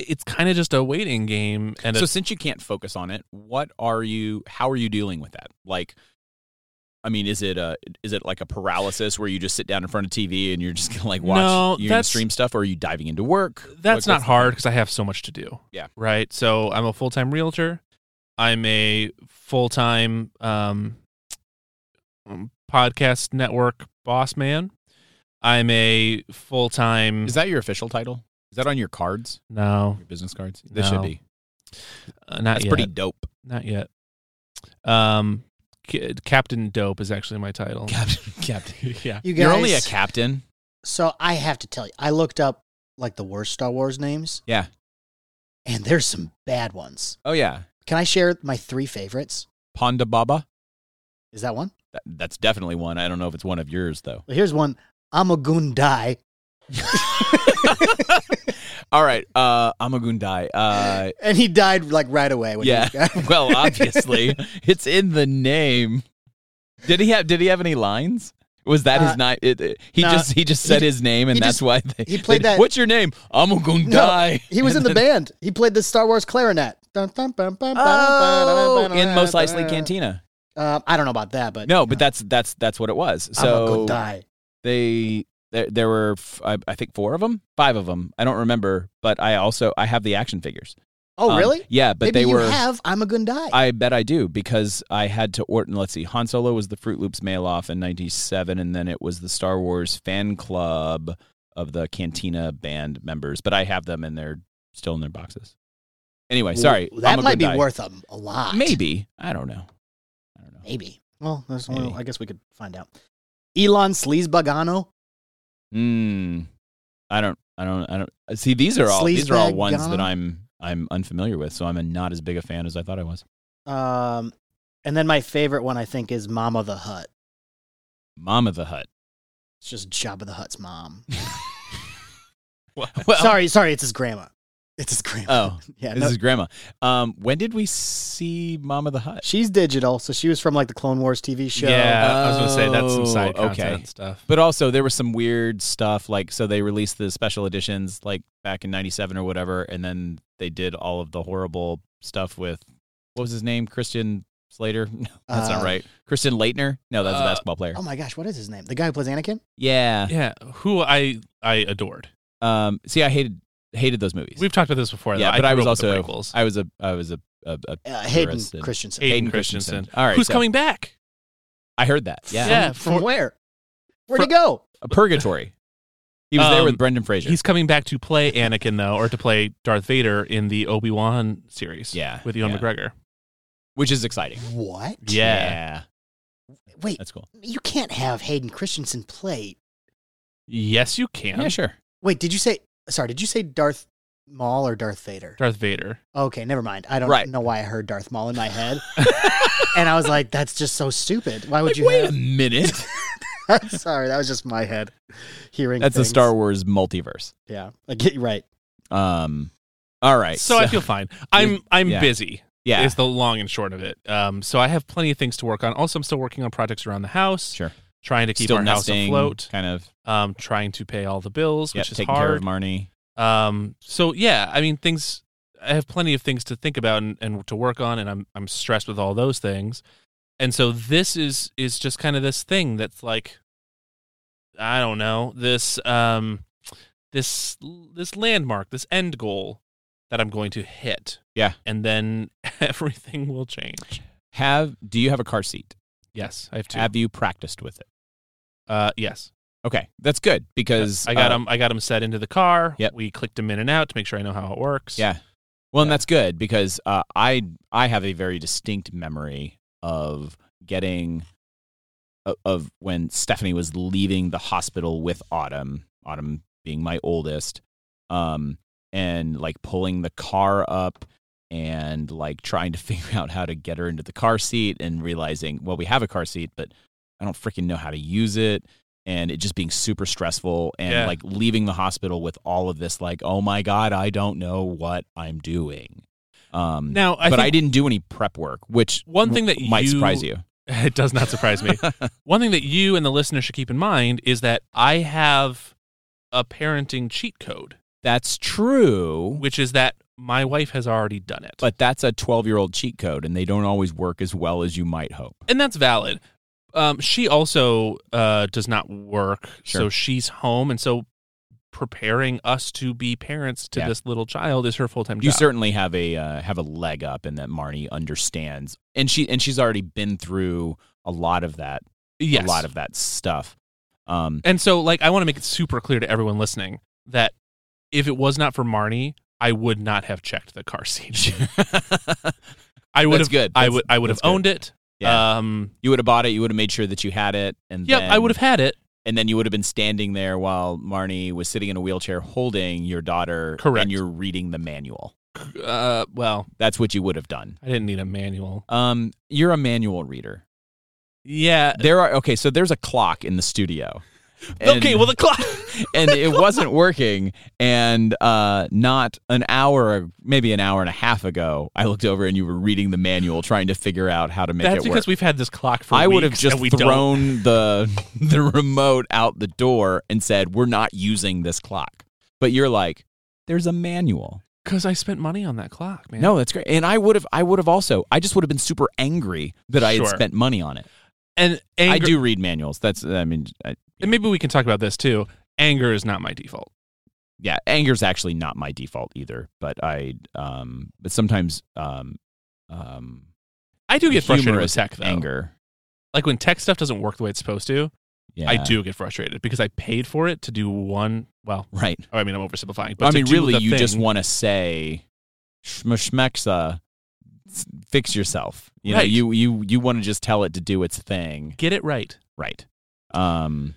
Speaker 3: it's kind of just a waiting game, and
Speaker 4: so
Speaker 3: it's
Speaker 4: since you can't focus on it, what are you? How are you dealing with that? Like, I mean, is it a is it like a paralysis where you just sit down in front of TV and you're just [laughs] gonna like watch
Speaker 3: No,
Speaker 4: you
Speaker 3: that's-
Speaker 4: stream stuff, or are you diving into work?
Speaker 3: that's
Speaker 4: Like,
Speaker 3: not hard because I have so much to do.
Speaker 4: Yeah.
Speaker 3: Right. So I'm a full time realtor. I'm a full time um, um, podcast network boss man. I'm a full time.
Speaker 4: Is that your official title? Is that on your cards,
Speaker 3: no,
Speaker 4: your business cards? This
Speaker 3: No.
Speaker 4: should be.
Speaker 3: uh, not
Speaker 4: That's
Speaker 3: yet.
Speaker 4: pretty dope.
Speaker 3: [laughs] Not yet. Um, C- Captain Dope is actually my title.
Speaker 4: Captain, captain.
Speaker 3: [laughs] yeah.
Speaker 5: You guys,
Speaker 4: You're only a captain.
Speaker 5: so I have to tell you, I looked up like the worst Star Wars names.
Speaker 4: Yeah.
Speaker 5: And there's some bad ones.
Speaker 4: Oh yeah,
Speaker 5: Can I share my three favorites?
Speaker 4: Ponda Baba.
Speaker 5: Is that one?
Speaker 4: That, that's definitely one. I don't know if it's one of yours
Speaker 5: [laughs]
Speaker 4: though. [laughs]
Speaker 5: Well, here's one. Amagundai.
Speaker 4: All right, uh, Amagundai. Uh,
Speaker 5: and he died like right away. When he-
Speaker 4: Yeah. [laughs] well, obviously, it's in the name. Did he have? Did he have any lines? Was that
Speaker 5: Uh,
Speaker 4: his name? It, it- he
Speaker 5: no.
Speaker 4: just he just said
Speaker 5: He-
Speaker 4: his name, and
Speaker 5: he
Speaker 4: that's
Speaker 5: just-
Speaker 4: why they,
Speaker 5: he
Speaker 4: they-
Speaker 5: played that-
Speaker 4: What's your name? I'm gonna
Speaker 5: No,
Speaker 4: die.
Speaker 5: He was in
Speaker 4: And [laughs]
Speaker 5: the
Speaker 4: then-
Speaker 5: band. He played the Star Wars clarinet. Dun, dun, bum, bum, bum,
Speaker 4: Oh,
Speaker 5: bum, bum,
Speaker 4: in Most
Speaker 5: bum,
Speaker 4: Eisley
Speaker 5: bum.
Speaker 4: Cantina.
Speaker 5: Um, I don't know about that, but
Speaker 4: No, but that's that's that's what it was. So
Speaker 5: Amagundai.
Speaker 4: they there, there were f- I, I think four of them, five of them. I don't remember, but I also I have the action figures.
Speaker 5: Oh,
Speaker 4: Um,
Speaker 5: really?
Speaker 4: Yeah, but
Speaker 5: Maybe
Speaker 4: they
Speaker 5: you
Speaker 4: were.
Speaker 5: have Amagundai.
Speaker 4: I bet I do because I had to order. Let's see, Han Solo was the Fruit Loops mail off in '97, and then it was the Star Wars fan club of the Cantina band members. But I have them, and they're still in their boxes. Anyway, sorry,
Speaker 5: Well, that
Speaker 4: I'm a
Speaker 5: might be
Speaker 4: good guy.
Speaker 5: worth a, a lot.
Speaker 4: Maybe I don't know. I don't know.
Speaker 5: Maybe. Well, that's
Speaker 4: Maybe.
Speaker 5: well, I guess we could find out. Elon Sleazebagano.
Speaker 4: Hmm. I don't. I don't. I don't. uh, See, these are all these are all
Speaker 5: Sleazebag
Speaker 4: ones
Speaker 5: Ghana?
Speaker 4: that I'm I'm unfamiliar with, so I'm not as big a fan as I thought I was.
Speaker 5: Um, and then my favorite one, I think, is Mama the Hut.
Speaker 4: Mama the Hut. [laughs]
Speaker 5: It's just Jabba the Hutt's mom.
Speaker 4: Well,
Speaker 5: sorry, sorry, it's his grandma. It's his grandma.
Speaker 4: Oh,
Speaker 5: yeah.
Speaker 4: This
Speaker 5: no-
Speaker 4: is grandma. Um, when did we see Mama the Hut?
Speaker 5: she's digital, so she was from like the Clone Wars TV show.
Speaker 3: Yeah, I was gonna say that's some
Speaker 4: Oh,
Speaker 3: side content
Speaker 4: okay.
Speaker 3: stuff.
Speaker 4: But also, there was some weird stuff. Like, so they released the special editions like back in '97 or whatever, and then they did all of the horrible stuff with what was his name, Christian Slater? [laughs] No, that's not
Speaker 5: Uh,
Speaker 4: right. Kristen Leitner? No, that's a
Speaker 3: Uh,
Speaker 4: basketball player.
Speaker 5: Oh my gosh, what is his name? The guy who plays Anakin?
Speaker 4: Yeah.
Speaker 3: Yeah, who I I adored.
Speaker 4: Um. See, I hated hated those movies.
Speaker 3: We've talked about this before.
Speaker 4: yeah,
Speaker 3: though.
Speaker 4: but I,
Speaker 3: grew
Speaker 4: was
Speaker 3: up with the
Speaker 4: also
Speaker 3: prequels.
Speaker 4: I was a I was a, a, a
Speaker 5: Uh, Hayden
Speaker 4: Christensen.
Speaker 5: Christensen.
Speaker 3: Hayden
Speaker 4: Hayden
Speaker 3: Christensen.
Speaker 4: Christensen. All right,
Speaker 3: who's
Speaker 4: so
Speaker 3: coming back?
Speaker 4: I heard that. Yeah,
Speaker 3: Yeah,
Speaker 5: from,
Speaker 3: for-
Speaker 5: where? Where'd he go?
Speaker 4: A Purgatory. He was there
Speaker 3: Um,
Speaker 4: with Brendan Fraser.
Speaker 3: He's coming back to play Anakin though, or to play Darth Vader in the Obi Wan series.
Speaker 4: Yeah,
Speaker 3: with Ewan
Speaker 4: yeah.
Speaker 3: McGregor.
Speaker 4: which is exciting.
Speaker 5: What? Wait,
Speaker 4: that's cool.
Speaker 5: you can't have Hayden Christensen play.
Speaker 3: Yes, you can.
Speaker 4: Yeah, sure.
Speaker 5: Wait, did you say? Sorry, did you say Darth Maul or Darth Vader?
Speaker 3: Darth Vader.
Speaker 5: okay, never mind. I don't
Speaker 4: Right.
Speaker 5: know why I heard Darth Maul in
Speaker 4: [laughs]
Speaker 5: my head, and I was like, "That's just so stupid. Why would
Speaker 4: Like,
Speaker 5: you?"
Speaker 4: wait
Speaker 5: have
Speaker 4: a
Speaker 5: [laughs]
Speaker 4: minute.
Speaker 5: I'm [laughs] sorry, that was just my head hearing.
Speaker 4: that's the
Speaker 5: things.
Speaker 4: Star Wars multiverse.
Speaker 5: Yeah, like, [laughs] you're right.
Speaker 4: Um. All right.
Speaker 3: so, I feel fine.
Speaker 4: [laughs]
Speaker 3: I'm I'm
Speaker 4: Yeah.
Speaker 3: busy.
Speaker 4: yeah.
Speaker 3: Is the long and short of it. Um, so I have plenty of things to work on. Also, I'm still working on projects around the house.
Speaker 4: Sure.
Speaker 3: Trying to keep
Speaker 4: Still
Speaker 3: our house
Speaker 4: nesting,
Speaker 3: afloat.
Speaker 4: kind of.
Speaker 3: Um, trying to pay all the bills,
Speaker 4: Yeah,
Speaker 3: which is
Speaker 4: taking care
Speaker 3: hard.
Speaker 4: of Marnie.
Speaker 3: Um, so yeah, I mean, things. I have plenty of things to think about and, and to work on, and I'm I'm stressed with all those things, and so this is is just kind of this thing that's like, I don't know this um, this this landmark, this end goal that I'm going to hit.
Speaker 4: Yeah.
Speaker 3: and then [laughs] everything will change.
Speaker 4: Have do you have a car seat?
Speaker 3: Yes, I have two.
Speaker 4: Have you practiced with it?
Speaker 3: uh, yes,
Speaker 4: Okay, that's good because
Speaker 3: I got
Speaker 4: uh,
Speaker 3: them. I got them set into the car.
Speaker 4: Yep.
Speaker 3: we clicked them in and out to make sure I know how it works.
Speaker 4: Yeah. Well, and
Speaker 3: Yeah.
Speaker 4: that's good because uh, I I have a very distinct memory of getting of- of when Stephanie was leaving the hospital with Autumn, Autumn being my oldest, um, and like pulling the car up and like trying to [laughs] figure out how to get her into the car seat and realizing, well, we have a car seat, but I don't freaking know how to use it. And it just being super stressful and
Speaker 3: Yeah.
Speaker 4: like leaving the hospital with all of this, like, oh my God, I don't know what I'm doing. Um,
Speaker 3: Now, I
Speaker 4: but
Speaker 3: think
Speaker 4: I didn't do any prep work, which
Speaker 3: One thing that
Speaker 4: might
Speaker 3: you-
Speaker 4: surprise you.
Speaker 3: [laughs] It does not surprise
Speaker 4: [laughs]
Speaker 3: me. One thing that you and the listener should keep in mind is that I have a parenting cheat code,
Speaker 4: That's true,
Speaker 3: which is that my wife has already done it.
Speaker 4: but that's a 12 year old cheat code, and they don't always work as well as you might hope.
Speaker 3: and that's valid. Um, she also uh, does not work, so
Speaker 4: Sure.
Speaker 3: she's home, and so preparing us to be parents to
Speaker 4: Yeah.
Speaker 3: this little child is her full time job.
Speaker 4: You certainly have a uh, have a leg up in that Marnie understands, and she and she's already been through a lot of that,
Speaker 3: yes.
Speaker 4: a lot of that stuff.
Speaker 3: [laughs]
Speaker 4: Um,
Speaker 3: And so, like, I want to make it super clear to everyone listening that if it was not for Marnie, I would not have checked the car
Speaker 4: [laughs]
Speaker 3: seat. I would
Speaker 4: That's
Speaker 3: have.
Speaker 4: good.
Speaker 3: I
Speaker 4: That's-
Speaker 3: would. I would have
Speaker 4: that's good.
Speaker 3: owned it.
Speaker 4: Yeah.
Speaker 3: Um.
Speaker 4: you would have bought it, you would have made sure that you had it, and
Speaker 3: Yep.
Speaker 4: then,
Speaker 3: I would have had it.
Speaker 4: and then you would have been standing there while Marnie was sitting in a wheelchair holding your daughter,
Speaker 3: Correct.
Speaker 4: and you're reading the manual.
Speaker 3: Uh. Well,
Speaker 4: That's what you would have done.
Speaker 3: I didn't need a manual.
Speaker 4: Um, you're a manual reader.
Speaker 3: Yeah.
Speaker 4: There are okay, so there's a clock in the studio.
Speaker 3: [laughs] okay. Well, the [laughs] clock.
Speaker 4: and it wasn't working. And uh, not an hour, maybe an hour and a half ago, I looked over and you were reading the manual, trying to figure out how to make
Speaker 3: That's
Speaker 4: it
Speaker 3: because
Speaker 4: work.
Speaker 3: we've had this clock for.
Speaker 4: I would have
Speaker 3: weeks
Speaker 4: just
Speaker 3: and we Don't.
Speaker 4: thrown the [laughs] the remote out the door and said, "We're not using this clock." But you're like, "There's a manual."
Speaker 3: Because I spent money on that clock, man.
Speaker 4: No, that's great. And I would have, I would have also, I just would have been super angry that I had
Speaker 3: Sure.
Speaker 4: spent money on it.
Speaker 3: And anger.
Speaker 4: I do read manuals. That's, I mean, I,
Speaker 3: And maybe we can talk about this too. Anger is not my default.
Speaker 4: yeah, anger's actually not my default either, but I um but sometimes um um
Speaker 3: I do get frustrated with
Speaker 4: humorous
Speaker 3: tech though.
Speaker 4: anger.
Speaker 3: Like when tech stuff doesn't work the way it's supposed to,
Speaker 4: Yeah.
Speaker 3: I do get frustrated because I paid for it to do one. Well,
Speaker 4: Right.
Speaker 3: I mean, I'm oversimplifying, but
Speaker 4: I
Speaker 3: to
Speaker 4: mean
Speaker 3: do
Speaker 4: really
Speaker 3: the
Speaker 4: you just
Speaker 3: thing-
Speaker 4: want to say schmexmexa fix yourself. You know,
Speaker 3: Right.
Speaker 4: you you you want to just tell it to do its thing.
Speaker 3: get it right.
Speaker 4: Right. Um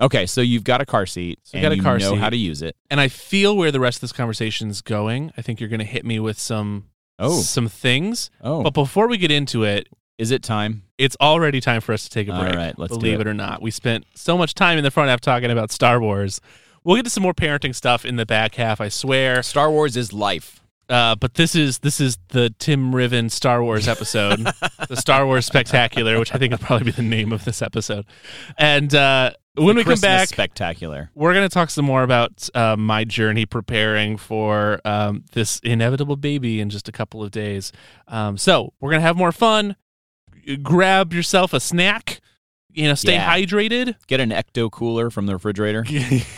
Speaker 4: Okay, so you've got a car seat.
Speaker 3: So you
Speaker 4: and
Speaker 3: got a car
Speaker 4: know
Speaker 3: seat.
Speaker 4: how to use it.
Speaker 3: and I feel where the rest of this conversation's going. I think you're going to hit me with some
Speaker 4: Oh,
Speaker 3: some things.
Speaker 4: oh,
Speaker 3: But before we get into it,
Speaker 4: is it time?
Speaker 3: it's already time for us to take a
Speaker 4: All
Speaker 3: break.
Speaker 4: right, let's do
Speaker 3: believe
Speaker 4: it.
Speaker 3: it. or not. We spent so much time in the front half talking about Star Wars. We'll get to some more parenting stuff in the back half, I swear.
Speaker 4: Star Wars is life.
Speaker 3: Uh, but this is this is the Tim Riven Star Wars
Speaker 4: [laughs]
Speaker 3: episode, the Star Wars Spectacular, which I think would probably be the name of this episode. And uh, when we
Speaker 4: Christmas
Speaker 3: come back,
Speaker 4: spectacular.
Speaker 3: we're going to talk some more about uh, my journey preparing for um, this inevitable baby in just a couple of days. Um, so we're going to have more fun. grab yourself a snack. You know, stay
Speaker 4: Yeah.
Speaker 3: hydrated. [laughs]
Speaker 4: Get an ecto cooler from the refrigerator.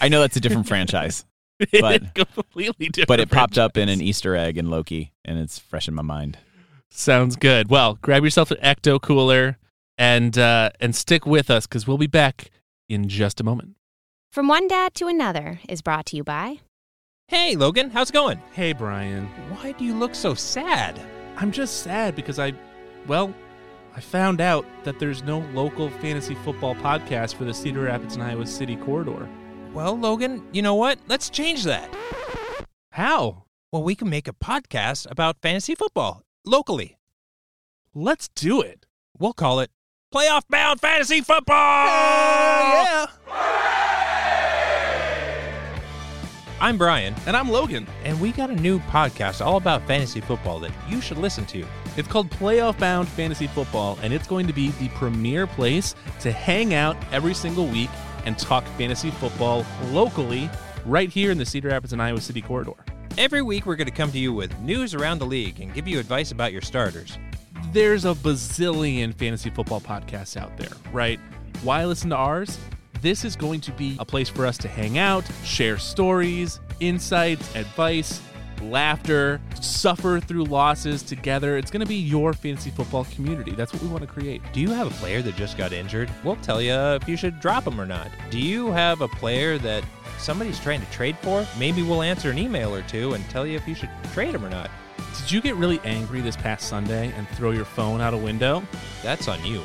Speaker 4: I know that's a different
Speaker 3: [laughs]
Speaker 4: franchise, [laughs] But-
Speaker 3: completely different.
Speaker 4: but it popped up in
Speaker 3: franchise.
Speaker 4: an e Easter egg in Loki, and it's fresh in my mind.
Speaker 3: Sounds good. Well, grab yourself an ecto cooler and uh, and stick with us because we'll be back in just a moment.
Speaker 1: From One Dad to Another is brought to you by
Speaker 6: Hey, Logan, how's it going?
Speaker 3: Hey, Brian.
Speaker 6: Why do you look so sad?
Speaker 3: I'm just sad because I, well, I found out that there's no local fantasy football podcast for the Cedar Rapids and Iowa City corridor.
Speaker 6: Well, Logan, you know what? Let's change that.
Speaker 3: How?
Speaker 6: Well, we can make a podcast about fantasy football locally.
Speaker 3: Let's do it.
Speaker 6: We'll call it Playoff Bound Fantasy Football! yeah! I'm Brian,
Speaker 3: And I'm Logan.
Speaker 6: and we got a new podcast all about fantasy football that you should listen to.
Speaker 3: It's called Playoff Bound Fantasy Football, and it's going to be the premier place to hang out every single week and talk fantasy football locally right here in the Cedar Rapids and Iowa City corridor.
Speaker 6: Every week, we're going to come to you with news around the league and give you advice about your starters.
Speaker 3: There's a bazillion fantasy football podcasts out there, right? Why listen to ours? This is going to be a place for us to hang out, share stories, insights, advice, laughter, suffer through losses together. It's going to be your fantasy football community. That's what we want to create.
Speaker 6: Do you have a player that just got injured? We'll tell you if you should drop him or not. Do you have a player that somebody's trying to trade for? Maybe we'll answer an email or two and tell you if you should trade him or not.
Speaker 3: Did you get really angry this past Sunday and throw your phone out a window? [laughs]
Speaker 6: That's on you.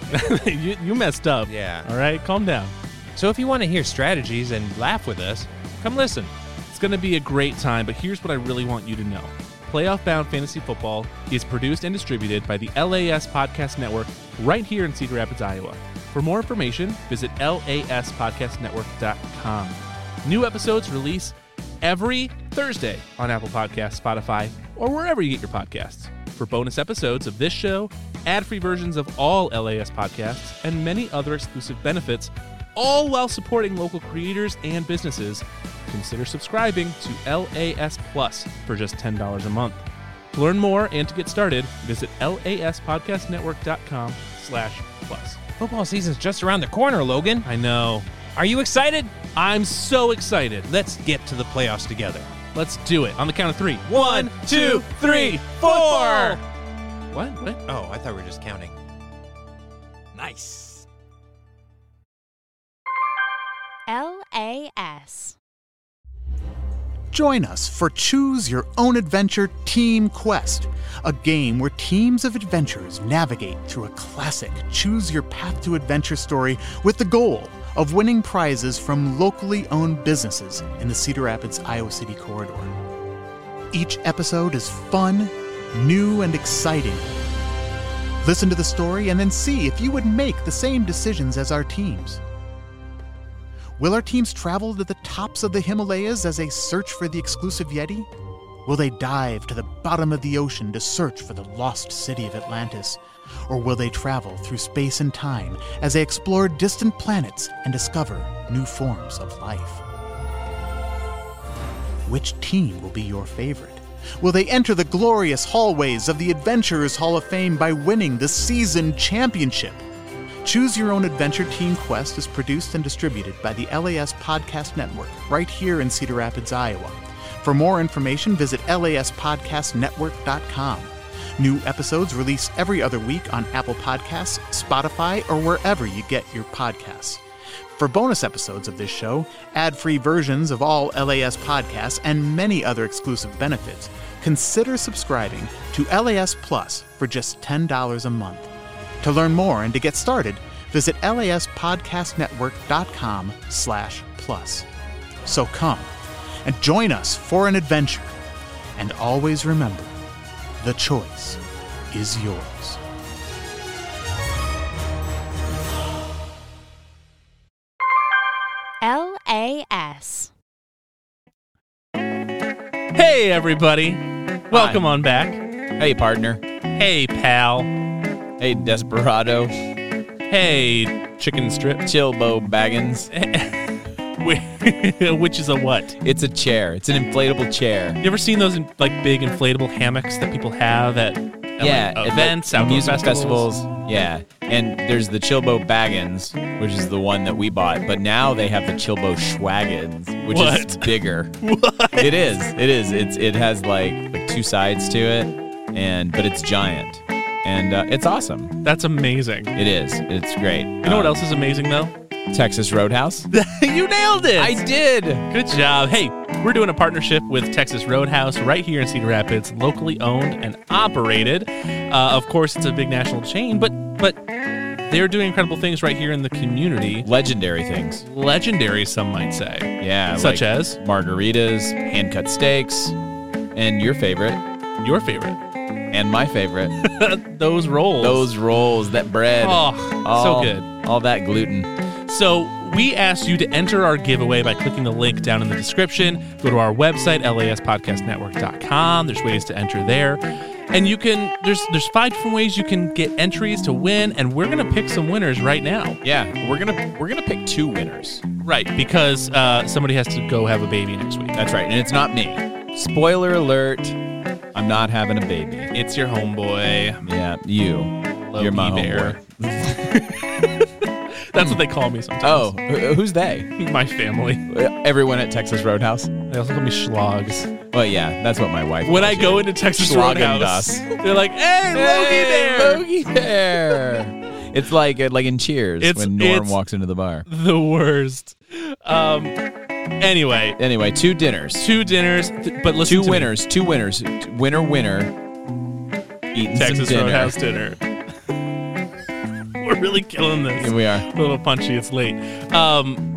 Speaker 3: you, you messed up.
Speaker 6: Yeah.
Speaker 3: All right, calm down.
Speaker 6: so if you want to hear strategies and laugh with us, come listen.
Speaker 3: It's going to be a great time, but here's what I really want you to know. Playoff Bound Fantasy Football is produced and distributed by the LAS Podcast Network right here in Cedar Rapids, Iowa. For more information, visit laspodcastnetwork.com. New episodes release every Thursday on Apple Podcasts, Spotify, or wherever you get your podcasts. For bonus episodes of this show, ad-free versions of all LAS podcasts, and many other exclusive benefits, all while supporting local creators and businesses, consider subscribing to LAS Plus for just $10 a month. To learn more and to get started, visit laspodcastnetwork.com slash plus.
Speaker 6: Football season's just around the corner, Logan.
Speaker 3: I know.
Speaker 6: Are you excited?
Speaker 3: I'm so excited.
Speaker 6: Let's get to the playoffs together.
Speaker 3: Let's do it. On the count of three.
Speaker 6: One, two, three, four.
Speaker 3: What? What?
Speaker 6: Oh, I thought we were just counting. Nice.
Speaker 1: LAS.
Speaker 7: Join us for Choose Your Own Adventure Team Quest, a game where teams of adventurers navigate through a classic Choose Your Path to Adventure story with the goal of winning prizes from locally owned businesses in the Cedar Rapids, Iowa City corridor. Each episode is fun, new, and exciting. Listen to the story and then see if you would make the same decisions as our teams. Will our teams travel to the tops of the Himalayas as they search for the exclusive Yeti? Will they dive to the bottom of the ocean to search for the lost city of Atlantis? Or will they travel through space and time as they explore distant planets and discover new forms of life? Which team will be your favorite? Will they enter the glorious hallways of the Adventurers Hall of Fame by winning the season championship? Choose Your Own Adventure Team Quest is produced and distributed by the LAS Podcast Network right here in Cedar Rapids, Iowa. For more information, visit laspodcastnetwork.com. New episodes release every other week on Apple Podcasts, Spotify, or wherever you get your podcasts. For bonus episodes of this show, ad free versions of all LAS podcasts, and many other exclusive benefits, consider subscribing to LAS Plus for just $10 a month. To learn more and to get started, visit laspodcastnetwork.com slash plus. So come and join us for an adventure. And always remember, the choice is yours.
Speaker 1: LAS.
Speaker 3: Hey, everybody. Welcome on back.
Speaker 4: Hey, partner.
Speaker 3: Hey, pal.
Speaker 4: Hey, Desperado.
Speaker 3: Hey, chicken strip.
Speaker 4: Chilbo Baggins.
Speaker 3: [laughs] Which is a what?
Speaker 4: It's a chair. It's an inflatable chair.
Speaker 3: You ever seen those like big inflatable hammocks that people have at
Speaker 4: yeah, and, like,
Speaker 3: events, outdoor
Speaker 4: music
Speaker 3: festivals.
Speaker 4: Yeah, and there's the Chilbo Baggins, which is the one that we bought, but now they have the Chilbo Schwagins, which is
Speaker 3: [laughs] What?
Speaker 4: bigger. It is. It is. It's it has like, like two sides to it, and but it's giant, and uh, it's awesome.
Speaker 3: That's amazing. You
Speaker 4: It is. It's great. Um,
Speaker 3: know what else is amazing though? [laughs]
Speaker 4: Texas Roadhouse.
Speaker 3: you nailed it.
Speaker 4: I did.
Speaker 3: Good job. Hey, we're doing a partnership with Texas Roadhouse right here in Cedar Rapids, locally owned and operated. Uh, of course, it's a big national chain, but but they're doing incredible things right here in the community.
Speaker 4: Legendary things.
Speaker 3: Legendary, some might say.
Speaker 4: Yeah.
Speaker 3: Such
Speaker 4: like
Speaker 3: as?
Speaker 4: margaritas, hand cut steaks, and your favorite,
Speaker 3: Your favorite, [laughs]
Speaker 4: and my favorite,
Speaker 3: those rolls.
Speaker 4: those rolls, that bread.
Speaker 3: Oh, so
Speaker 4: all-
Speaker 3: good.
Speaker 4: All that gluten.
Speaker 3: So we asked you to enter our giveaway by clicking the link down in the description. Go to our website, laspodcastnetwork.com. There's ways to enter there. And you can there's there's five different ways you can get entries to win, and we're gonna pick some winners right now.
Speaker 4: Yeah, we're gonna we're gonna pick two winners.
Speaker 3: Right, because uh, somebody has to go have a baby next week.
Speaker 4: That's right, and it's not me. Spoiler alert: I'm not having a baby.
Speaker 3: It's your homeboy.
Speaker 4: Yeah, you.
Speaker 3: Low
Speaker 4: You're my
Speaker 3: key bear.
Speaker 4: homeboy.
Speaker 3: [laughs] That's what they call me sometimes.
Speaker 4: Oh, who- who's they?
Speaker 3: [laughs] my family.
Speaker 4: Everyone at Texas Roadhouse.
Speaker 3: They also call me Schlogs.
Speaker 4: Well, yeah, that's what my wife.
Speaker 3: When I
Speaker 4: calls
Speaker 3: go
Speaker 4: you.
Speaker 3: into Texas
Speaker 4: Schlagen
Speaker 3: Roadhouse,
Speaker 4: das.
Speaker 3: they're like, "Hey,
Speaker 4: Hey,
Speaker 3: Logie Bear."
Speaker 4: Logie Bear. it's like uh, like in Cheers
Speaker 3: It's-
Speaker 4: when Norm
Speaker 3: it's-
Speaker 4: walks into the bar.
Speaker 3: the worst. Um. Anyway,
Speaker 4: Anyway, two dinners,
Speaker 3: two dinners, th- but listen
Speaker 4: two
Speaker 3: to me.
Speaker 4: winners, two winners, winner winner. Eating some
Speaker 3: Texas
Speaker 4: dinner.
Speaker 3: Roadhouse dinner. [laughs] We're really killing
Speaker 4: Here
Speaker 3: this.
Speaker 4: we are.
Speaker 3: A little punchy. It's late. Um.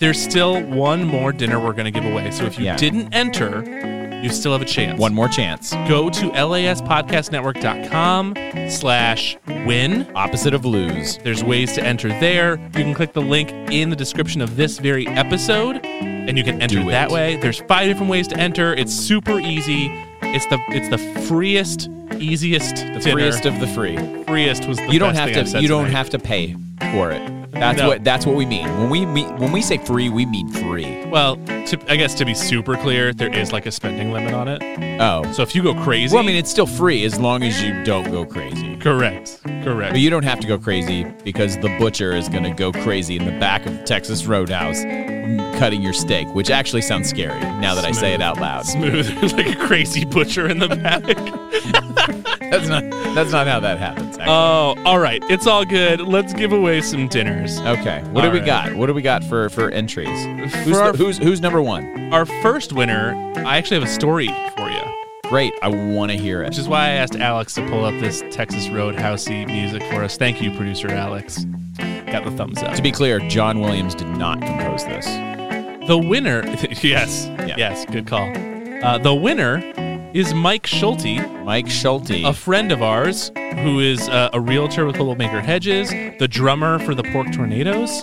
Speaker 3: There's still one more dinner we're gonna give away. So if you
Speaker 4: Yeah.
Speaker 3: didn't enter, you still have a chance.
Speaker 4: One more chance.
Speaker 3: Go to laspodcastnetwork.com slash win.
Speaker 4: Opposite of lose.
Speaker 3: There's ways to enter there. You can click the link in the description of this very episode, and you can enter
Speaker 4: Do it.
Speaker 3: that way. There's five different ways to enter. It's super easy. It's the it's the freest, easiest
Speaker 4: The
Speaker 3: dinner.
Speaker 4: freest of the free.
Speaker 3: freest was the
Speaker 4: you don't
Speaker 3: best
Speaker 4: have
Speaker 3: thing I've
Speaker 4: to.
Speaker 3: said
Speaker 4: You don't
Speaker 3: tonight.
Speaker 4: have to pay for it. That's
Speaker 3: No.
Speaker 4: what. That's what we mean. When we mean, when we say free, we mean free.
Speaker 3: Well, to, I guess to be super clear, there is like a spending limit on it.
Speaker 4: Oh,
Speaker 3: So if you go crazy,
Speaker 4: well, I mean, it's still free as long as you don't go crazy.
Speaker 3: correct, correct.
Speaker 4: But you don't have to go crazy because the butcher is going to go crazy in the back of Texas Roadhouse, mm, cutting your steak, which actually sounds scary now that I say it out loud.
Speaker 3: Smooth, [laughs] like a crazy butcher in the back.
Speaker 4: [laughs] That's not. That's not how that happens. actually.
Speaker 3: Oh, all right. It's all good. Let's give away some dinners.
Speaker 4: okay. What do
Speaker 3: all
Speaker 4: we
Speaker 3: right.
Speaker 4: got? What do we got for for entries? Who's
Speaker 3: our-
Speaker 4: the- who's who's number one?
Speaker 3: Our first winner, I actually have a story for you,
Speaker 4: Great. I want to hear
Speaker 3: which
Speaker 4: it.
Speaker 3: is why I asked Alex to pull up this Texas Roadhousey music for us. Thank you, producer Alex. Got the thumbs up.
Speaker 4: To be clear, John Williams did not compose this.
Speaker 3: The winner, [laughs] yes,
Speaker 4: Yeah.
Speaker 3: yes, good call. Uh, the winner is Mike Schulte,
Speaker 4: Mike Schulte.
Speaker 3: a friend of ours who is uh, a realtor with Widowmaker Hedges, the drummer for the Pork Tornadoes.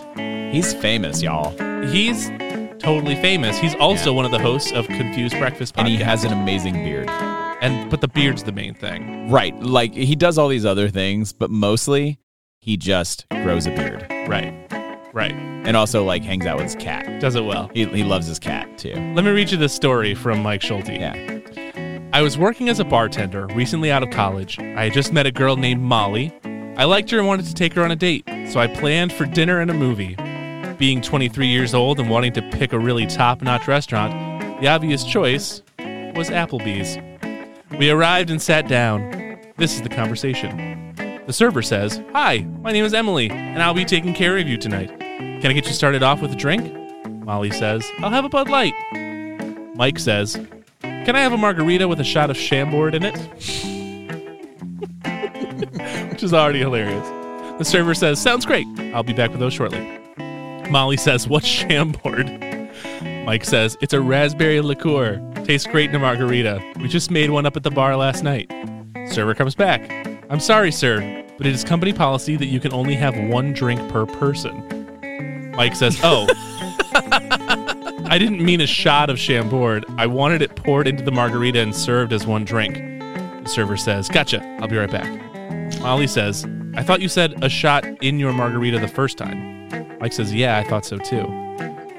Speaker 4: He's famous, y'all.
Speaker 3: He's totally famous. He's also one of the hosts of Confused Breakfast Podcast.
Speaker 4: And he has an amazing beard.
Speaker 3: and but the beard's the main thing,
Speaker 4: Right. Like, he does all these other things, but mostly he just grows a beard
Speaker 3: right? Right.
Speaker 4: and also, like, hangs out with his cat.
Speaker 3: Does it well.
Speaker 4: He, he loves his cat, too.
Speaker 3: Let me read you this story from Mike Schulte.
Speaker 4: Yeah.
Speaker 3: I was working as a bartender recently out of college. I had just met a girl named Molly. I liked her and wanted to take her on a date, so I planned for dinner and a movie. Being 23 years old and wanting to pick a really top notch restaurant, the obvious choice was Applebee's. We arrived and sat down. This is the conversation. The server says, Hi, my name is Emily, and I'll be taking care of you tonight. Can I get you started off with a drink? Molly says, I'll have a Bud Light. Mike says, can I have a margarita with a shot of Chambord in it? Which is already hilarious. The server says, Sounds great. I'll be back with those shortly. Molly says, What's Chambord? Mike says, It's a raspberry liqueur. Tastes great in a margarita. We just made one up at the bar last night. Server comes back. I'm sorry, sir, but it is company policy that you can only have one drink per person. Mike says, Oh, I didn't mean a shot of Chambord. I wanted it poured into the margarita and served as one drink. The server says, Gotcha, I'll be right back. Molly says, I thought you said a shot in your margarita the first time. Mike says, Yeah, I thought so too.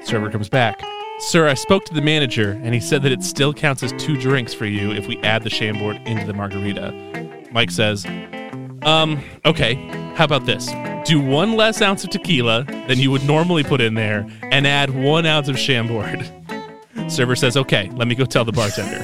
Speaker 3: Server comes back. Sir, I spoke to the manager and he said that it still counts as two drinks for you if we add the Chambord into the margarita. Mike says, um, okay, how about this? Do one less ounce of tequila than you would normally put in there and add one ounce of Chambord. [laughs] Server says, okay, let me go tell the bartender.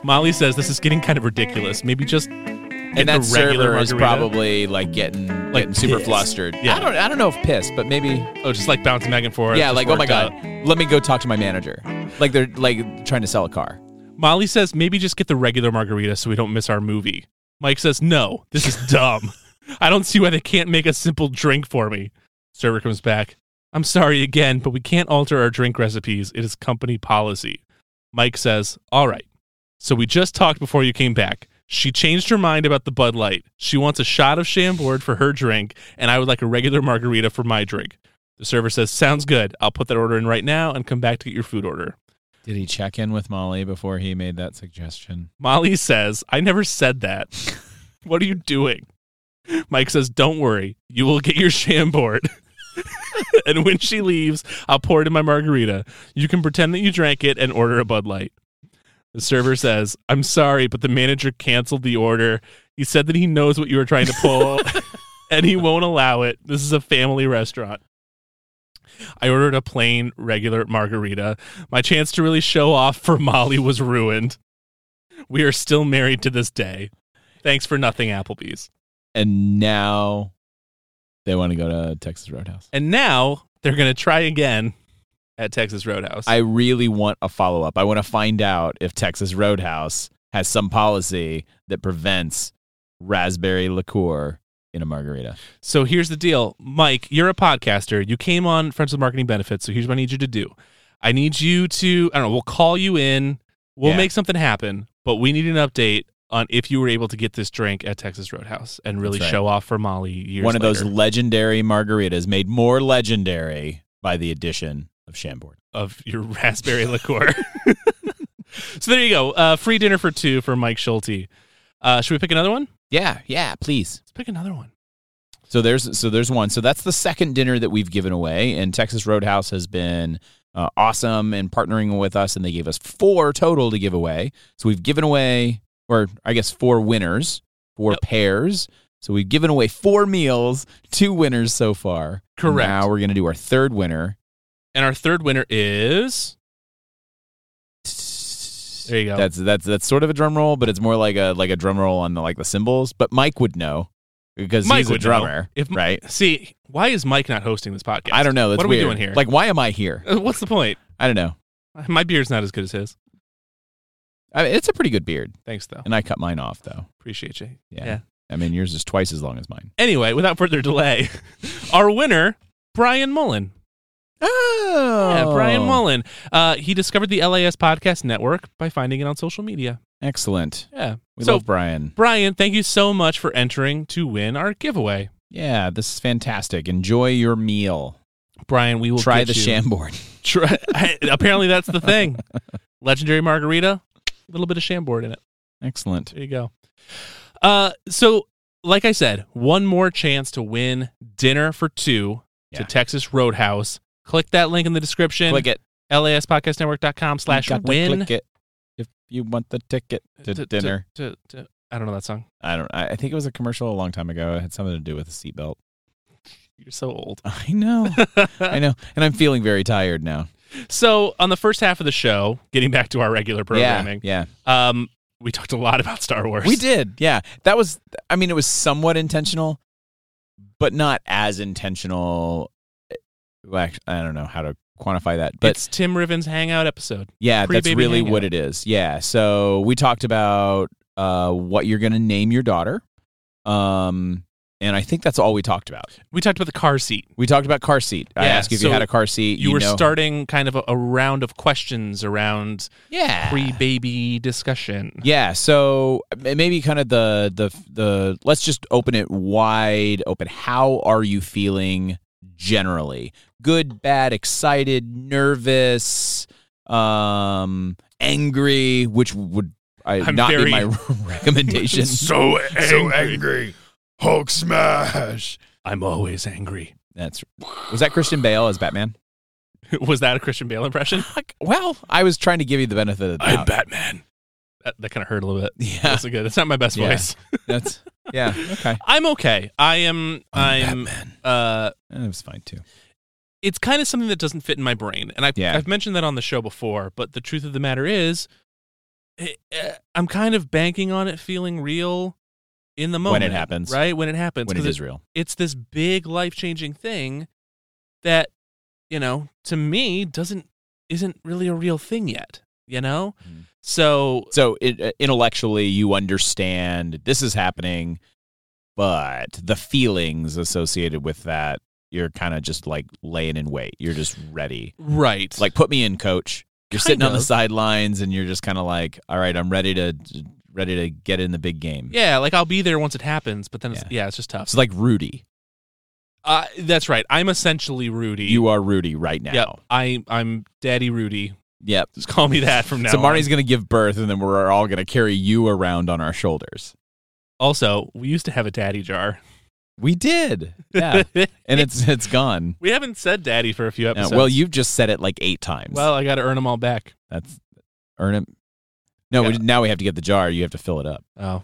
Speaker 3: [laughs] Molly says, this is getting kind of ridiculous. Maybe just
Speaker 4: and that
Speaker 3: the regular
Speaker 4: server is
Speaker 3: margarita.
Speaker 4: probably like getting getting super
Speaker 3: pissed.
Speaker 4: flustered.
Speaker 3: Yeah.
Speaker 4: I don't I don't know if pissed, but maybe
Speaker 3: oh, just like bouncing back and forth.
Speaker 4: yeah,
Speaker 3: just
Speaker 4: like oh my
Speaker 3: worked
Speaker 4: god,
Speaker 3: up.
Speaker 4: let me go talk to my manager. Like they're like trying to sell a car.
Speaker 3: Molly says, maybe just get the regular margarita so we don't miss our movie. Mike says, no, this is dumb. I don't see why they can't make a simple drink for me. Server comes back. I'm sorry again, but we can't alter our drink recipes. It is company policy. Mike says, all right. So we just talked before you came back. She changed her mind about the Bud Light. She wants a shot of Chambord for her drink, and I would like a regular margarita for my drink. The server says, sounds good. I'll put that order in right now and come back to get your food order.
Speaker 4: Did he check in with Molly before he made that suggestion?
Speaker 3: Molly says, I never said that. what are you doing? Mike says, Don't worry. You will get your shambord. [laughs] and when she leaves, I'll pour it in my margarita. You can pretend that you drank it and order a Bud Light. The server says, I'm sorry, but the manager canceled the order. He said that he knows what you were trying to pull and he won't allow it. This is a family restaurant. I ordered a plain, regular margarita. My chance to really show off for Molly was ruined. We are still married to this day. Thanks for nothing, Applebee's.
Speaker 4: And now they want to go to Texas Roadhouse.
Speaker 3: And now they're going to try again at Texas Roadhouse.
Speaker 4: I really want a follow up. I want to find out if Texas Roadhouse has some policy that prevents raspberry liqueur in a margarita.
Speaker 3: so here's the deal Mike, you're a podcaster. You came on Friends with Marketing Benefits. So here's what I need you to do I need you to, I don't know, we'll call you in, we'll
Speaker 4: Yeah.
Speaker 3: make something happen, but we need an update on if you were able to get this drink at Texas Roadhouse and really
Speaker 4: That's right.
Speaker 3: show off for Molly years
Speaker 4: One of those
Speaker 3: later
Speaker 4: legendary margaritas made more legendary by the addition of Chambord.
Speaker 3: of your [laughs] raspberry liqueur. [laughs] so there you go. Uh, free dinner for two for Mike Schulte. Uh, should we pick another one?
Speaker 4: Yeah, yeah, please.
Speaker 3: Let's pick another one.
Speaker 4: So there's so there's one. So that's the second dinner that we've given away, and Texas Roadhouse has been uh, awesome in partnering with us, and they gave us four total to give away. So we've given away, or I guess four winners, four
Speaker 3: Yep.
Speaker 4: pairs. So we've given away four meals, two winners so far.
Speaker 3: Correct.
Speaker 4: Now we're gonna do our third winner.
Speaker 3: And our third winner is there you go.
Speaker 4: That's that's that's sort of a drum roll, but it's more like a like a drum roll on the, like the cymbals. But Mike would know because
Speaker 3: Mike
Speaker 4: he's a
Speaker 3: would know.
Speaker 4: drummer,
Speaker 3: If-
Speaker 4: right?
Speaker 3: see why is Mike not hosting this podcast?
Speaker 4: I don't know. That's
Speaker 3: what are
Speaker 4: weird.
Speaker 3: we doing here?
Speaker 4: Like, why am I here?
Speaker 3: [laughs] Uh, what's the point?
Speaker 4: I don't know.
Speaker 3: My beard's not as good as his.
Speaker 4: I mean, it's a pretty good beard.
Speaker 3: Thanks though,
Speaker 4: And I cut mine off though.
Speaker 3: appreciate you.
Speaker 4: Yeah. I mean, yours is twice as long as mine.
Speaker 3: Anyway, without further delay, [laughs] our winner Brian Mullen.
Speaker 4: Oh,
Speaker 3: Yeah, Brian Mullen. Uh, he discovered the LAS Podcast Network by finding it on social media.
Speaker 4: Excellent.
Speaker 3: Yeah.
Speaker 4: We
Speaker 3: so
Speaker 4: love Brian.
Speaker 3: Brian, thank you so much for entering to win our giveaway.
Speaker 4: Yeah, this is fantastic. Enjoy your meal.
Speaker 3: Brian, we will
Speaker 4: Try
Speaker 3: get
Speaker 4: the
Speaker 3: you-
Speaker 4: Chambord. [laughs]
Speaker 3: [laughs] Try- apparently, that's the thing. Legendary margarita, a little bit of Chambord in it.
Speaker 4: Excellent.
Speaker 3: There you go. Uh, so, like I said, one more chance to win dinner for two
Speaker 4: Yeah.
Speaker 3: to Texas Roadhouse. Click that link in the description.
Speaker 4: Click it.
Speaker 3: LASpodcastnetwork.com slash
Speaker 4: You gotta
Speaker 3: win. Uh,
Speaker 4: Click it if you want the ticket to
Speaker 3: To- to-
Speaker 4: dinner.
Speaker 3: to- to- I don't know that song.
Speaker 4: I don't. I I think it was a commercial a long time ago. It had something to do with a seatbelt. [laughs]
Speaker 3: You're so old. [laughs]
Speaker 4: I know. I know. And I'm feeling very tired now.
Speaker 3: so, on the first half of the show, getting back to our regular programming,
Speaker 4: Yeah.
Speaker 3: Um, we talked a lot about Star Wars.
Speaker 4: Yeah. We did. Yeah. That was. I mean, it was somewhat intentional, but not as intentional. Well, act- I don't know how to quantify that. But
Speaker 3: it's Tim Riven's Hangout episode.
Speaker 4: Yeah, that's
Speaker 3: Pre-baby
Speaker 4: really what
Speaker 3: hangout.
Speaker 4: it is. Yeah. So we talked about uh, what you're going to name your daughter. Um, and I think that's all we talked about.
Speaker 3: We talked about the car seat.
Speaker 4: We talked about car seat. I
Speaker 3: Yeah,
Speaker 4: asked you if
Speaker 3: so
Speaker 4: you had a car seat.
Speaker 3: You, were
Speaker 4: know-
Speaker 3: starting kind of a, a round of questions around
Speaker 4: Yeah.
Speaker 3: pre-baby discussion.
Speaker 4: [laughs] yeah. So m- maybe kind of the, the, the, let's just open it wide open. How are you feeling generally? Good, bad, excited, nervous, um, angry, which would I,
Speaker 3: I'm
Speaker 4: not
Speaker 3: very-
Speaker 4: be my recommendation.
Speaker 3: so angry.
Speaker 8: Hulk smash.
Speaker 3: I'm always [laughs] angry.
Speaker 4: That's was that Christian Bale as Batman?
Speaker 3: Was that a Christian Bale impression?
Speaker 4: Well, I was trying to give you the benefit of the doubt.
Speaker 3: Batman. that, that kind of hurt a little bit.
Speaker 4: Yeah.
Speaker 3: That's not good. That's not my best
Speaker 4: Yeah.
Speaker 3: voice.
Speaker 4: That's yeah. Okay,
Speaker 3: I'm okay. I am.
Speaker 4: I'm
Speaker 3: I'm. Uh,
Speaker 4: that was fine too.
Speaker 3: it's kind of something that doesn't fit in my brain, and I've,
Speaker 4: Yeah.
Speaker 3: I've mentioned that on the show before. But the truth of the matter is, eh, eh, I'm kind of banking on it feeling real in the
Speaker 4: When
Speaker 3: moment
Speaker 4: it happens.
Speaker 3: Right when it happens,
Speaker 4: when it
Speaker 3: 'cause
Speaker 4: is real,
Speaker 3: it's this big life changing thing that you know to me doesn't isn't really a real thing yet. You know,
Speaker 4: Mhm.
Speaker 3: so
Speaker 4: so it, uh, intellectually you understand this is happening, but the feelings associated with that, you're kind of just like laying in wait. You're just ready.
Speaker 3: right,
Speaker 4: It's like put me in, coach. You're
Speaker 3: Kind
Speaker 4: sitting on the
Speaker 3: of.
Speaker 4: sidelines and you're just kind of like, all right, I'm ready to ready to get in the big game.
Speaker 3: yeah, like I'll be there once it happens. But then it's, yeah, it's just tough.
Speaker 4: It's like Rudy.
Speaker 3: Uh, that's right. I'm essentially Rudy.
Speaker 4: You are Rudy right now.
Speaker 3: Yep. I I'm Daddy Rudy.
Speaker 4: Yep.
Speaker 3: Just call me that from now.
Speaker 4: so Marnie's
Speaker 3: on.
Speaker 4: going to give birth, and then we're all going to carry you around on our shoulders.
Speaker 3: also. We used to have a daddy jar. [laughs]
Speaker 4: We did, yeah, and it's it's gone.
Speaker 3: we haven't said daddy for a few
Speaker 4: Now,
Speaker 3: episodes.
Speaker 4: well, you've just said it like eight times.
Speaker 3: Well, I got to earn them all back.
Speaker 4: that's earn it. No, we, now we have to get the jar. You have to fill it up.
Speaker 3: Oh,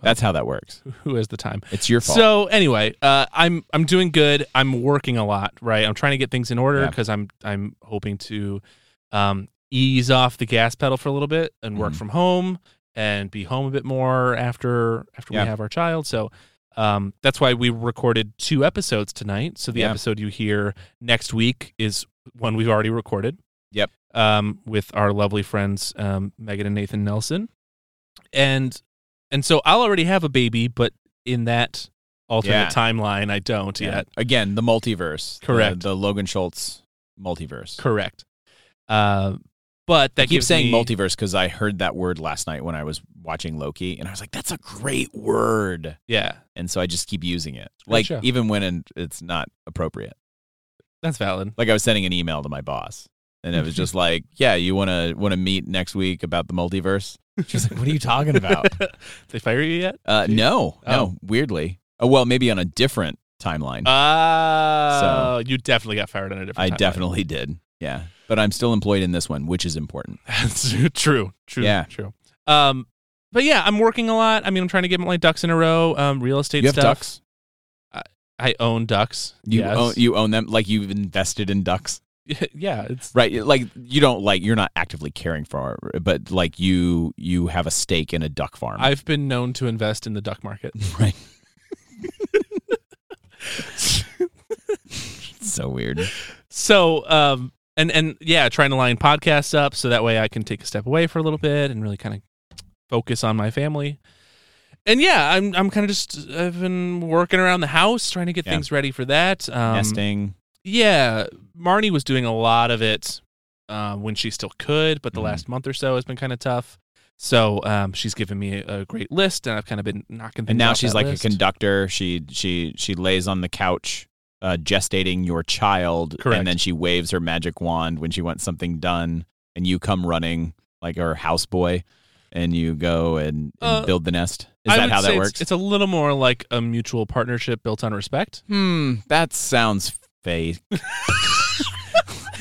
Speaker 4: That's how that works.
Speaker 3: who has the time?
Speaker 4: It's your fault.
Speaker 3: So anyway, uh, I'm I'm doing good. I'm working a lot, right? I'm trying to get things in order
Speaker 4: Yeah.
Speaker 3: because I'm I'm hoping to um, ease off the gas pedal for a little bit and work
Speaker 4: Mhm.
Speaker 3: from home and be home a bit more after after
Speaker 4: Yeah.
Speaker 3: we have our child. So um, that's why we recorded two episodes tonight. So the
Speaker 4: Yeah.
Speaker 3: episode you hear next week is one we've already recorded.
Speaker 4: Yep.
Speaker 3: Um, with our lovely friends um, Megan and Nathan Nelson, and and so I'll already have a baby, but in that alternate
Speaker 4: Yeah.
Speaker 3: timeline, I don't
Speaker 4: Yeah.
Speaker 3: yet.
Speaker 4: again, the multiverse. The-
Speaker 3: Correct.
Speaker 4: The, Logan Schultz multiverse.
Speaker 3: Correct. Uh, but that
Speaker 4: I keep
Speaker 3: gives me-
Speaker 4: saying multiverse because I heard that word last night when I was watching Loki, and I was like, "That's a great word."
Speaker 3: Yeah,
Speaker 4: and so I just keep using it,
Speaker 3: Good
Speaker 4: like
Speaker 3: show.
Speaker 4: even when in- it's not appropriate.
Speaker 3: that's valid.
Speaker 4: Like I was sending an email to my boss, and
Speaker 3: [laughs]
Speaker 4: it was just like, "Yeah, you want to want to meet next week about the multiverse?" [laughs] She's like,
Speaker 3: [laughs]
Speaker 4: "What are you talking about?"
Speaker 3: they fire you yet?
Speaker 4: Uh, no,
Speaker 3: Oh.
Speaker 4: no, weirdly, oh well, maybe on a different timeline.
Speaker 3: Uh, you definitely got fired on a different.
Speaker 4: I
Speaker 3: Oh, timeline.
Speaker 4: definitely did, yeah, but I'm still employed in this one, which is important.
Speaker 3: That's [laughs] true. True.
Speaker 4: Yeah.
Speaker 3: True. Um, but yeah, I'm working a lot. I mean, I'm trying to get my ducks in a row. Um, real estate
Speaker 4: you have
Speaker 3: stuff.
Speaker 4: ducks.
Speaker 3: I own ducks.
Speaker 4: You
Speaker 3: yes.
Speaker 4: own, you own them, like you've invested in ducks,
Speaker 3: [laughs] yeah. It's
Speaker 4: right? Like you don't like you're not actively caring for, it, but like you you have a stake in a duck farm.
Speaker 3: I've been known to invest in the duck market.
Speaker 4: Right. so weird.
Speaker 3: So, um, and and yeah, trying to line podcasts up so that way I can take a step away for a little bit and really kind of focus on my family. And yeah, I'm I'm kind of just I've been working around the house trying to get
Speaker 4: Yeah.
Speaker 3: things ready for that. Um,
Speaker 4: Nesting.
Speaker 3: Yeah, Marnie was doing a lot of it uh, when she still could, but the
Speaker 4: Mhm.
Speaker 3: last month or so has been kind of tough. So um, she's given me a, a great list, and I've kind of been knocking things.
Speaker 4: And now
Speaker 3: off
Speaker 4: she's
Speaker 3: that
Speaker 4: like
Speaker 3: list.
Speaker 4: a conductor. She she she lays on the couch uh, gestating your child
Speaker 3: Correct.
Speaker 4: and then she waves her magic wand when she wants something done and you come running like her houseboy and you go and, and
Speaker 3: Uh,
Speaker 4: build the nest. Is
Speaker 3: I
Speaker 4: that
Speaker 3: would
Speaker 4: how
Speaker 3: say
Speaker 4: that
Speaker 3: it's-
Speaker 4: works?
Speaker 3: it's a little more like a mutual partnership built on respect.
Speaker 4: hmm, that sounds [laughs] fake.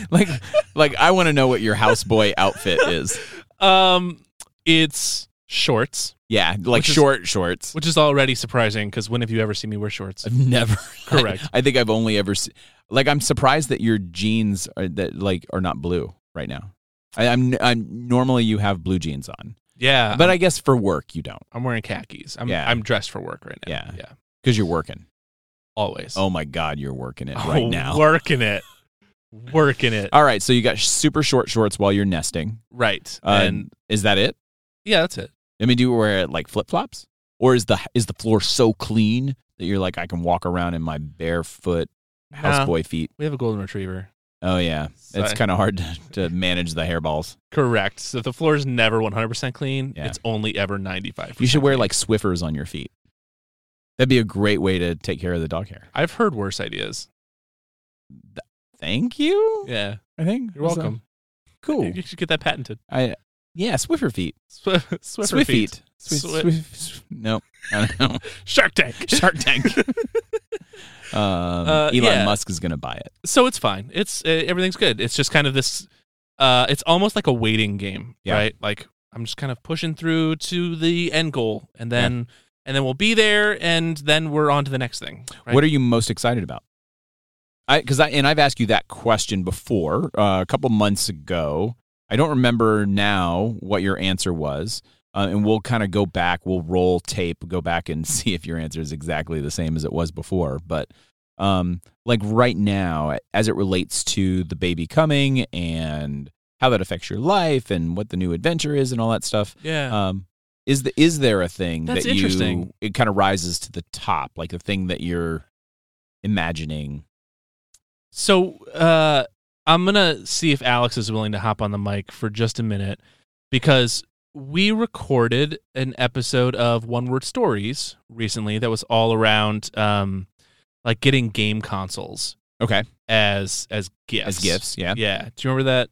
Speaker 4: like like I want to know what your houseboy outfit is.
Speaker 3: Um, it's shorts,
Speaker 4: [laughs] Yeah, like
Speaker 3: Which is-
Speaker 4: short shorts.
Speaker 3: which is already surprising because when have you ever seen me wear shorts?
Speaker 4: [laughs] I've never.
Speaker 3: Correct.
Speaker 4: I, I think I've only ever se- like I'm surprised that your jeans are that like are not blue right now. I, I'm I'm normally you have blue jeans on,
Speaker 3: Yeah,
Speaker 4: but I guess for work you don't
Speaker 3: I'm wearing khakis. I'm
Speaker 4: Yeah.
Speaker 3: I'm dressed for work right now.
Speaker 4: Yeah.
Speaker 3: yeah,
Speaker 4: because you're working.
Speaker 3: always.
Speaker 4: Oh my God, you're working it
Speaker 3: [laughs]
Speaker 4: right
Speaker 3: Oh,
Speaker 4: now. Uh,
Speaker 3: working it, working it.
Speaker 4: All right, so you got super short shorts while you're nesting.
Speaker 3: right,
Speaker 4: Uh,
Speaker 3: and
Speaker 4: is that it?
Speaker 3: yeah, that's it.
Speaker 4: I mean, do you wear like flip flops, or is the is the floor so clean that you're like I can walk around in my barefoot
Speaker 3: Nah,
Speaker 4: houseboy feet?
Speaker 3: we have a golden retriever.
Speaker 4: Oh yeah, it's
Speaker 3: Sorry.
Speaker 4: kind of hard to, to manage the hairballs.
Speaker 3: Correct. So the floor is never 100% clean.
Speaker 4: Yeah.
Speaker 3: It's only ever 95.
Speaker 4: You should wear like Swiffers on your feet. That'd be a great way to take care of the dog hair.
Speaker 3: I've heard worse ideas.
Speaker 4: Thank you.
Speaker 3: Yeah,
Speaker 4: I think
Speaker 3: you're
Speaker 4: So-
Speaker 3: welcome.
Speaker 4: Cool.
Speaker 3: You should get that patented. [laughs]
Speaker 4: I yeah, Swiffer feet.
Speaker 3: Swi- Swiffer
Speaker 4: Swift
Speaker 3: feet.
Speaker 4: feet. Swi-
Speaker 3: Swi-
Speaker 4: Swift- Swi- no, I
Speaker 3: [laughs]
Speaker 4: don't know.
Speaker 3: Shark Tank.
Speaker 4: Shark Tank. um, Elon
Speaker 3: Uh, yeah.
Speaker 4: Musk is gonna buy it.
Speaker 3: [laughs] so it's fine. It's uh, everything's good. It's just kind of this. Uh, it's almost like a waiting game,
Speaker 4: Yeah.
Speaker 3: right? Like I'm just kind of pushing through to the end goal, and then and then we'll be there, and then we're on to the next thing. right?
Speaker 4: What are you most excited about? I because I and I've asked you that question before uh, a couple months ago. I don't remember now what your answer was, uh, and we'll kind of go back. We'll roll tape, go back and [laughs] see if your answer is exactly the same as it was before. But um, like right now, as it relates to the baby coming and how that affects your life and what the new adventure is and all that stuff,
Speaker 3: yeah.
Speaker 4: um, is the is there a thing
Speaker 3: That's
Speaker 4: that
Speaker 3: interesting.
Speaker 4: you it kind of rises to the top, like the thing that you're imagining?
Speaker 3: So uh, I'm gonna see if Alex is willing to hop on the mic for just a minute because we recorded an episode of One Word Stories recently that was all around um, like getting game consoles
Speaker 4: Okay,
Speaker 3: as as gifts
Speaker 4: as gifts, yeah.
Speaker 3: Yeah. Do you remember that,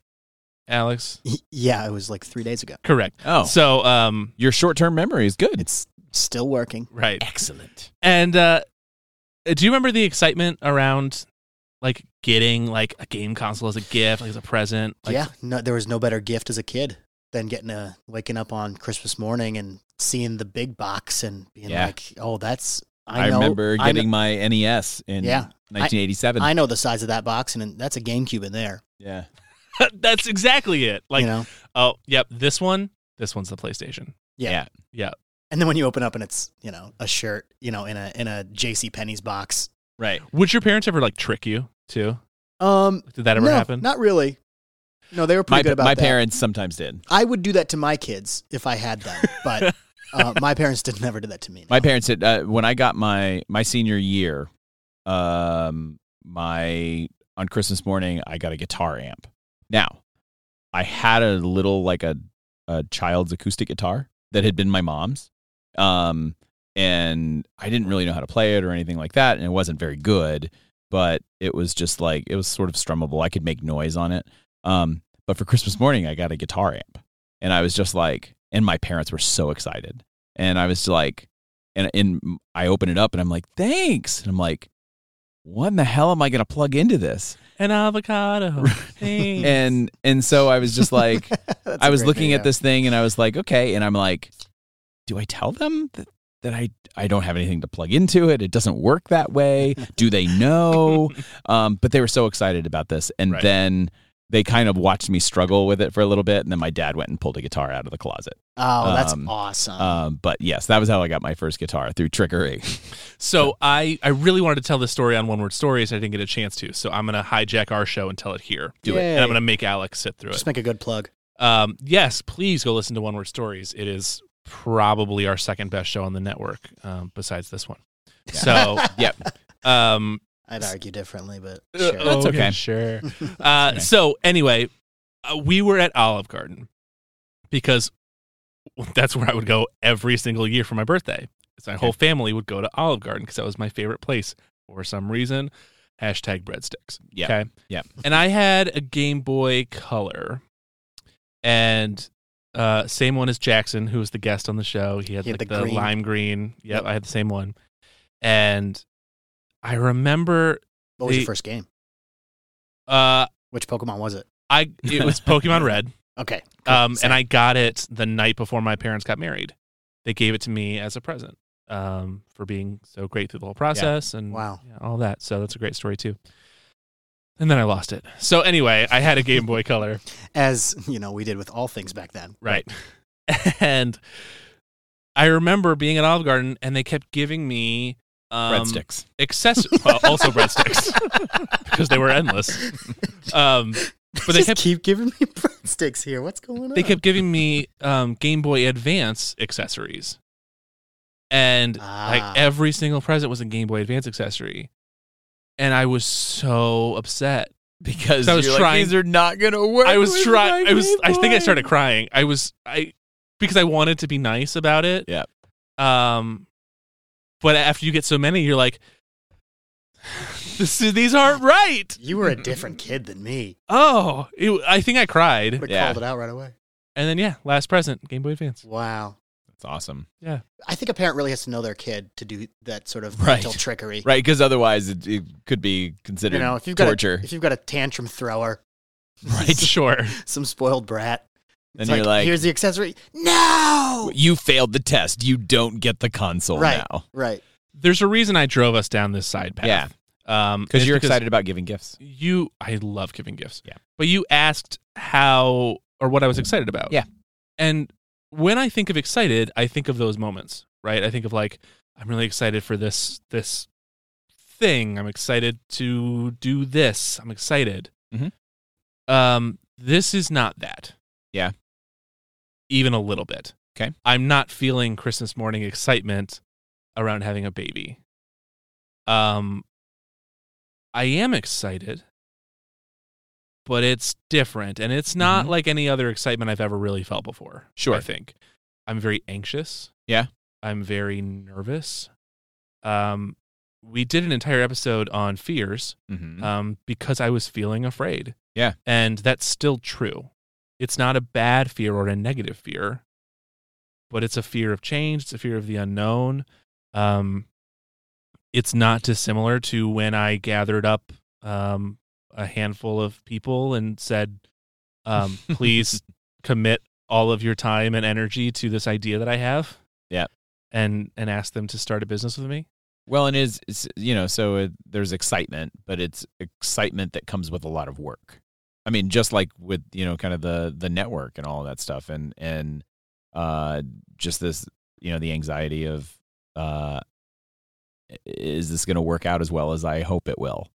Speaker 3: Alex?
Speaker 5: Y- Yeah, it was like three days ago.
Speaker 3: Correct.
Speaker 4: Oh,
Speaker 3: So um,
Speaker 4: your short-term memory is good.
Speaker 5: It's still working.
Speaker 3: right.
Speaker 4: excellent.
Speaker 3: And uh, do you remember the excitement around like getting like a game console as a gift, like as a present? Like,
Speaker 5: yeah, no, there was no better gift as a kid than getting a waking up on Christmas morning and seeing the big box and being
Speaker 4: Yeah.
Speaker 5: like, "Oh, that's."
Speaker 4: I,
Speaker 5: I, know,
Speaker 4: remember
Speaker 5: I kn-
Speaker 4: getting my NES in
Speaker 5: Yeah.
Speaker 4: 1987.
Speaker 5: I know the size of that box, and that's a GameCube in there.
Speaker 4: yeah,
Speaker 3: [laughs] That's exactly it. Like,
Speaker 5: you know,
Speaker 3: oh, yep, this one, this one's the PlayStation.
Speaker 5: yeah.
Speaker 4: yeah.
Speaker 5: And then when you open up and it's you know a shirt, you know, in a in a J.C. Penney's box.
Speaker 4: right.
Speaker 3: Would your parents ever like trick you too?
Speaker 5: Um,
Speaker 3: Did that ever
Speaker 5: no,
Speaker 3: happen?
Speaker 5: Not really. No, they were pretty
Speaker 4: My,
Speaker 5: good about
Speaker 4: my
Speaker 5: that.
Speaker 4: parents sometimes did.
Speaker 5: I would do that to my kids if I had
Speaker 4: [laughs]
Speaker 5: them, but uh, my parents did never do that to me.
Speaker 4: My
Speaker 5: no.
Speaker 4: parents did uh, when I got my my senior year. Um, my on Christmas morning, I got a guitar amp. Now, I had a little like a a child's acoustic guitar that had been my mom's. Um, and I didn't really know how to play it or anything like that, and it wasn't very good. But it was just like it was sort of strummable. I could make noise on it. Um, but for Christmas morning, I got a guitar amp, and I was just like, and my parents were so excited, and I was like, and and I open it up, and I'm like, thanks, and I'm like, what in the hell am I gonna plug into this?
Speaker 3: An
Speaker 5: [laughs]
Speaker 3: avocado. Thanks.
Speaker 4: And and so I was just like,
Speaker 5: [laughs] That's
Speaker 4: I
Speaker 5: a
Speaker 4: was
Speaker 5: great
Speaker 4: looking at
Speaker 5: video.
Speaker 4: this thing and I was like, okay. And I'm like, do I tell them that, that I, I don't have anything to plug into it? It doesn't work that way. Do they know? um, but they were so excited about this. And
Speaker 3: Right.
Speaker 4: then they kind of watched me struggle with it for a little bit. And then my dad went and pulled a guitar out of the closet.
Speaker 5: Oh, that's
Speaker 4: um,
Speaker 5: awesome.
Speaker 4: Um, but yes, that was how I got my first guitar through trickery.
Speaker 3: so I, I really wanted to tell this story on One Word Stories. I didn't get a chance to. So I'm going to hijack our show and tell it here.
Speaker 5: Do it.
Speaker 3: And I'm going to make Alex sit through it.
Speaker 5: Just make a good plug.
Speaker 3: Um, yes, please go listen to One Word Stories. It is probably our second best show on the network, um, besides this one.
Speaker 5: [laughs]
Speaker 3: So,
Speaker 4: yep.
Speaker 3: um,
Speaker 5: I'd argue differently,
Speaker 3: [laughs]
Speaker 5: but
Speaker 3: uh,
Speaker 5: sure.
Speaker 4: That's okay.
Speaker 3: Sure. Uh, So, anyway, uh, we were at Olive Garden because that's where I would go every single year for my birthday. So my whole family would go to Olive Garden because that was my favorite place for some reason. Hashtag breadsticks.
Speaker 4: Yep.
Speaker 3: Okay.
Speaker 4: Yep.
Speaker 3: And I had a Game Boy Color, and uh, same one as Jackson, who was the guest on the show. He had,
Speaker 5: He had
Speaker 3: like,
Speaker 5: the
Speaker 3: the,
Speaker 5: green.
Speaker 3: lime green. Yep, I had the same one, and I remember
Speaker 5: What was
Speaker 3: the-
Speaker 5: your first game?
Speaker 3: uh,
Speaker 5: Which Pokemon was it?
Speaker 3: I it was Pokemon Red.
Speaker 5: Okay. [laughs] cool,
Speaker 3: Um,
Speaker 5: same.
Speaker 3: and I got it the night before my parents got married. They gave it to me as a present um, for being so great through the whole process and
Speaker 5: Wow.
Speaker 3: yeah, all that. So that's a great story too. And then I lost it. So anyway, I had a Game Boy
Speaker 5: [laughs]
Speaker 3: Color,
Speaker 5: as you know, we did with all things back then.
Speaker 3: right? and I remember being at Olive Garden, and they kept giving me um,
Speaker 4: Breadsticks.
Speaker 3: accessories, well, also
Speaker 5: [laughs]
Speaker 3: breadsticks, because they were endless. Um, but they
Speaker 5: Just
Speaker 3: kept
Speaker 5: keep giving me [laughs] breadsticks here. What's going on?
Speaker 3: they kept giving me um, Game Boy Advance accessories, and
Speaker 5: Ah.
Speaker 3: like every single present was a Game Boy Advance accessory, and I was so upset. [laughs]
Speaker 4: Because
Speaker 3: I was
Speaker 4: you're like,
Speaker 3: trying-
Speaker 4: these are not going to work.
Speaker 3: I was
Speaker 4: with
Speaker 3: trying.
Speaker 4: my
Speaker 3: I was.
Speaker 4: Game
Speaker 3: I think I
Speaker 4: Boy."
Speaker 3: started crying. I was. I because I wanted to be nice about it.
Speaker 4: Yeah.
Speaker 3: Um, but after you get so many, you're like, [sighs] this, these aren't right. [laughs]
Speaker 5: You were a different kid than me.
Speaker 3: Oh, it, I think I
Speaker 5: Would
Speaker 3: cried.
Speaker 5: have
Speaker 4: Yeah.
Speaker 5: called it out right away.
Speaker 3: And then yeah, last present, Game Boy Advance.
Speaker 5: Wow.
Speaker 4: That's awesome.
Speaker 5: I think a parent really has to know their kid to do that sort of
Speaker 4: Right.
Speaker 5: mental trickery.
Speaker 4: Right, because otherwise it, it could be considered
Speaker 5: You know, if you've got
Speaker 4: torture.
Speaker 5: [laughs]
Speaker 3: [laughs]
Speaker 5: A, if you've got a tantrum thrower,
Speaker 3: Right. Sure.
Speaker 5: some spoiled brat,
Speaker 4: And you're like,
Speaker 5: here's the accessory. No.
Speaker 4: you failed the test. You don't get the console
Speaker 5: Right.
Speaker 4: now.
Speaker 5: Right.
Speaker 3: There's a reason I drove us down this side path.
Speaker 4: Yeah.
Speaker 3: Um,
Speaker 4: Because
Speaker 3: it's
Speaker 4: you're excited about giving gifts.
Speaker 3: You, I love giving gifts.
Speaker 4: Yeah. Mm.
Speaker 3: But you asked how or what I was excited about.
Speaker 4: Yeah.
Speaker 3: And when I think of excited, I think of those moments, right? I think of like, I'm really excited for this this thing. I'm excited to do this. I'm excited.
Speaker 4: Mhm.
Speaker 3: Um, this is not that.
Speaker 4: Yeah.
Speaker 3: Even a little bit.
Speaker 4: Okay.
Speaker 3: I'm not feeling Christmas morning excitement around having a baby. Um, I am excited, but it's different and it's not
Speaker 4: Mhm.
Speaker 3: like any other excitement I've ever really felt before.
Speaker 4: Sure.
Speaker 3: I think I'm very anxious.
Speaker 4: Yeah.
Speaker 3: I'm very nervous. Um, we did an entire episode on fears
Speaker 4: Mm-hmm.
Speaker 3: um, because I was feeling afraid.
Speaker 4: Yeah.
Speaker 3: And that's still true. It's not a bad fear or a negative fear, but it's a fear of change. It's a fear of the unknown. Um, it's not dissimilar to when I gathered up um, a handful of people and said,
Speaker 4: [laughs]
Speaker 3: um, please commit all of your time and energy to this idea that I have.
Speaker 4: Yeah.
Speaker 3: And, and asked them to start a business with me.
Speaker 4: Well, and is it's, you know, so it, there's excitement, but it's excitement that comes with a lot of work. I mean, just like with you know, kind of the the network and all that stuff, and and uh, just this, you know, the anxiety of uh, is this going to work out as well as I hope it will?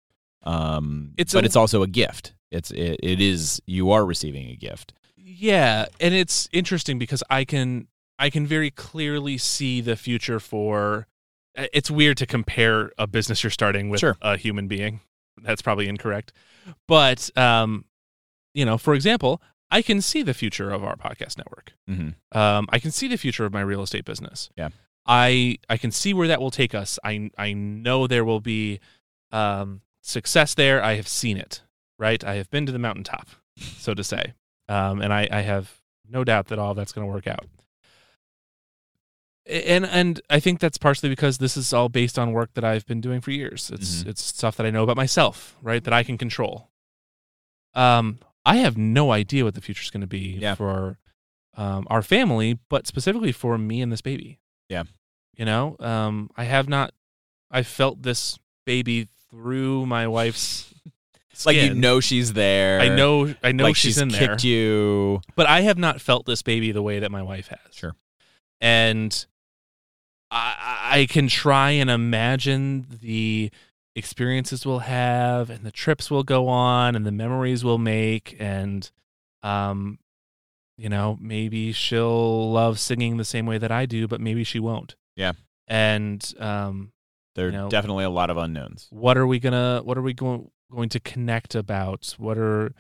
Speaker 4: Um,
Speaker 3: It's
Speaker 4: but
Speaker 3: a-
Speaker 4: it's also a gift. It's it, it is you are receiving a gift.
Speaker 3: Yeah, and it's interesting because I can I can very clearly see the future for uh, it's weird to compare a business you're starting with
Speaker 4: Sure.
Speaker 3: a human being. That's probably incorrect. But um you know, for example, I can see the future of our podcast network.
Speaker 4: Mhm.
Speaker 3: Um I can see the future of my real estate business.
Speaker 4: Yeah.
Speaker 3: I I can see where that will take us. I I know there will be um success there. I have seen it, right? I have been to the mountaintop, so to say um, and I, I have no doubt that all that's going to work out. A- And and I think that's partially because this is all based on work that I've been doing for years. It's
Speaker 4: Mhm.
Speaker 3: it's stuff that I know about myself, right? That I can control. Um, I have no idea what the future's going to be
Speaker 4: Yeah.
Speaker 3: for um, our family, but specifically for me and this baby.
Speaker 4: Yeah.
Speaker 3: you know, um, I have not. I felt this baby through my wife's.
Speaker 4: It's [laughs] like you
Speaker 3: skin.
Speaker 4: know she's there.
Speaker 3: I know, I know
Speaker 4: like
Speaker 3: she's, in there
Speaker 4: kicked you.
Speaker 3: but I have not felt this baby the way that my wife has.
Speaker 4: Sure.
Speaker 3: And I, I can try and imagine the experiences we'll have and the trips we'll go on and the memories we'll make and um you know maybe she'll love singing the same way that I do but maybe she won't.
Speaker 4: Yeah.
Speaker 3: And um
Speaker 4: There are
Speaker 3: You know.
Speaker 4: definitely a lot of unknowns.
Speaker 3: what are we gonna what are we going going to connect about what are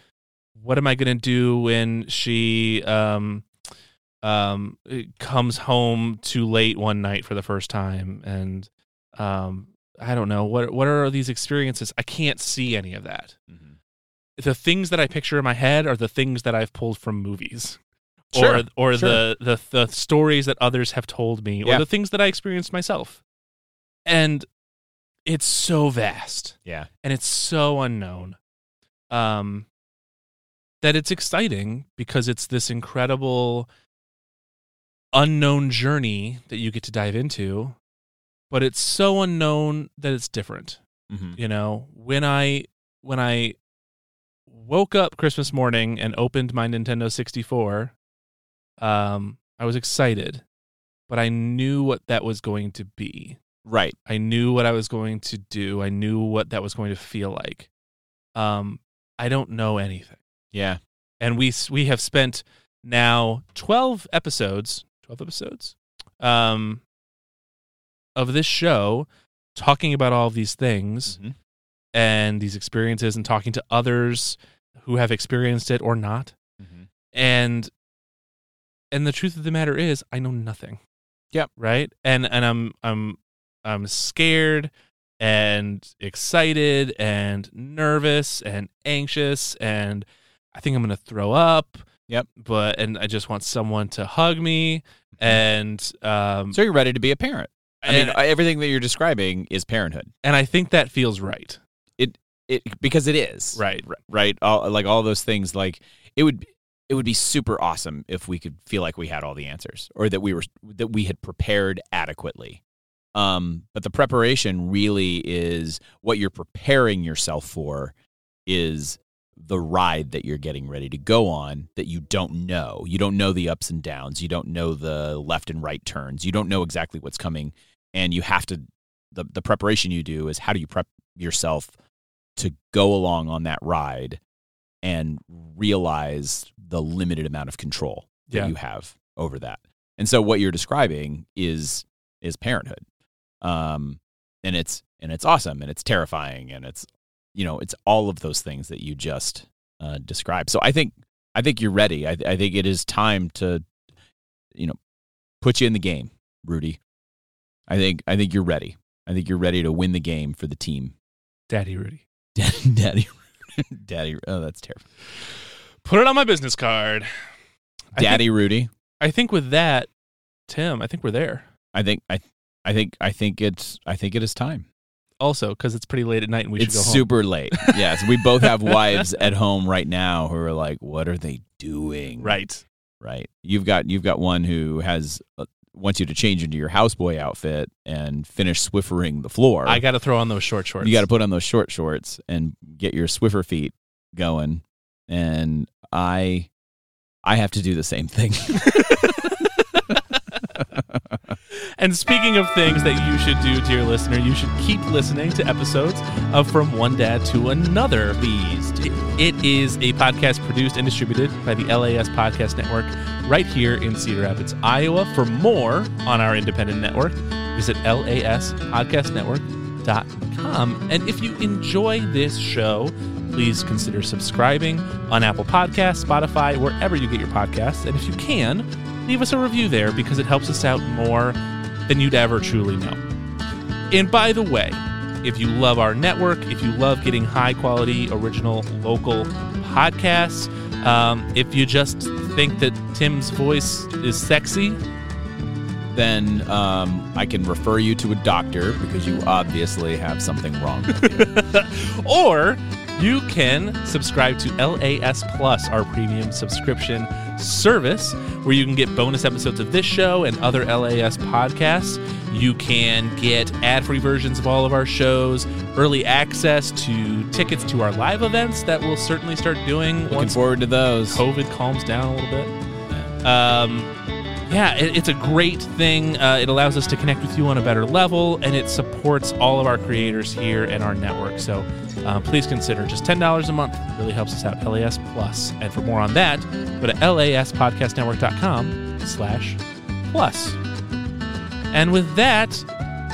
Speaker 3: what am i gonna do when she um um comes home too late one night for the first time and um i don't know what what are these experiences i can't see any of that
Speaker 4: Mhm.
Speaker 3: the things that i picture in my head are the things that i've pulled from movies
Speaker 4: Sure,
Speaker 3: or or
Speaker 4: sure.
Speaker 3: the, the the stories that others have told me
Speaker 4: Yeah.
Speaker 3: or the things that i experienced myself and it's so vast
Speaker 4: Yeah.
Speaker 3: and it's so unknown um that it's exciting because it's this incredible unknown journey that you get to dive into but it's so unknown that it's different
Speaker 4: Mm-hmm.
Speaker 3: you know when i when i woke up christmas morning and opened my nintendo 64 um i was excited but i knew what that was going to be
Speaker 4: Right.
Speaker 3: I knew what I was going to do. I knew what that was going to feel like. Um, I don't know anything,
Speaker 4: Yeah.
Speaker 3: and we s- we have spent now twelve episodes, twelve episodes, um, of this show talking about all of these things
Speaker 4: Mhm.
Speaker 3: and these experiences, and talking to others who have experienced it or not,
Speaker 4: Mhm.
Speaker 3: and and the truth of the matter is, I know nothing.
Speaker 4: Yep.
Speaker 3: Right. And and I'm I'm I'm scared and excited and nervous and anxious and I think I'm gonna throw up.
Speaker 4: Yep.
Speaker 3: But and I just want someone to hug me
Speaker 4: Mm-hmm.
Speaker 3: and um
Speaker 4: So you're ready to be a parent. I mean,
Speaker 3: and,
Speaker 4: everything that you're describing is parenthood.
Speaker 3: and I think that feels right.
Speaker 4: It because it is
Speaker 3: Right.
Speaker 4: right. All, like all those things. Like it would. it would be super awesome if we could feel like we had all the answers or that we were that we had prepared adequately. Um, but the preparation really is what you're preparing yourself for is the ride that you're getting ready to go on that you don't know. You don't know the ups and downs. You don't know the left and right turns. You don't know exactly what's coming. And you have to, the, the preparation you do is how do you prep yourself to go along on that ride and realize the limited amount of control that
Speaker 3: Yeah.
Speaker 4: you have over that. And so what you're describing is, is parenthood. Um, and it's, and it's awesome and it's terrifying and it's you know it's all of those things that you just uh, described so i think i think you're ready I, I think it is time to you know put you in the game rudy i think i think you're ready i think you're ready to win the game for the team [laughs]
Speaker 3: Daddy Rudy.
Speaker 4: daddy daddy daddy oh that's terrible
Speaker 3: Put it on my business card. I
Speaker 4: daddy
Speaker 3: think,
Speaker 4: rudy
Speaker 3: I think with that, Tim, I think we're there.
Speaker 4: i think i i think i think it's i think it is time
Speaker 3: Also, because it's pretty late at night and we
Speaker 4: it's
Speaker 3: should go home. [laughs]
Speaker 4: super late yes we both have wives at home right now who are like what are they doing
Speaker 3: Right.
Speaker 4: right? You've got you've got one who has uh, wants you to change into your houseboy outfit and finish swiffering the floor.
Speaker 3: I got to throw on those short shorts.
Speaker 4: you got to put on those short shorts and get your swiffer feet going. And I I have to do the same thing. [laughs]
Speaker 3: And speaking of things that you should do, dear listener, you should keep listening to episodes of From One Dad to Another. Please do. It is a podcast produced and distributed by the LAS Podcast Network right here in Cedar Rapids, Iowa. For more on our independent network, visit laspodcastnetwork.com. And if you enjoy this show, please consider subscribing on Apple Podcasts, Spotify, wherever you get your podcasts. And if you can, leave us a review there because it helps us out more than you'd ever truly know. And by the way, if you love our network, if you love getting high quality, original, local podcasts, um, if you just think that Tim's voice is sexy,
Speaker 4: then um, I can refer you to a doctor because you obviously have something
Speaker 3: [laughs]
Speaker 4: wrong. With you.
Speaker 3: or you can subscribe to LAS Plus, our premium subscription service, where you can get bonus episodes of this show and other LAS podcasts. You can get ad free versions of all of our shows, early access to tickets to our live events that we'll certainly start doing
Speaker 4: Looking
Speaker 3: once
Speaker 4: forward to those.
Speaker 3: COVID calms down a little bit. Um, yeah, it, it's a great thing. Uh, it allows us to connect with you on a better level, and it supports all of our creators here and our network. So uh, please consider just $10 a month. It really helps us out, LAS Plus. And for more on that, go to laspodcastnetwork.com slash plus. And with that,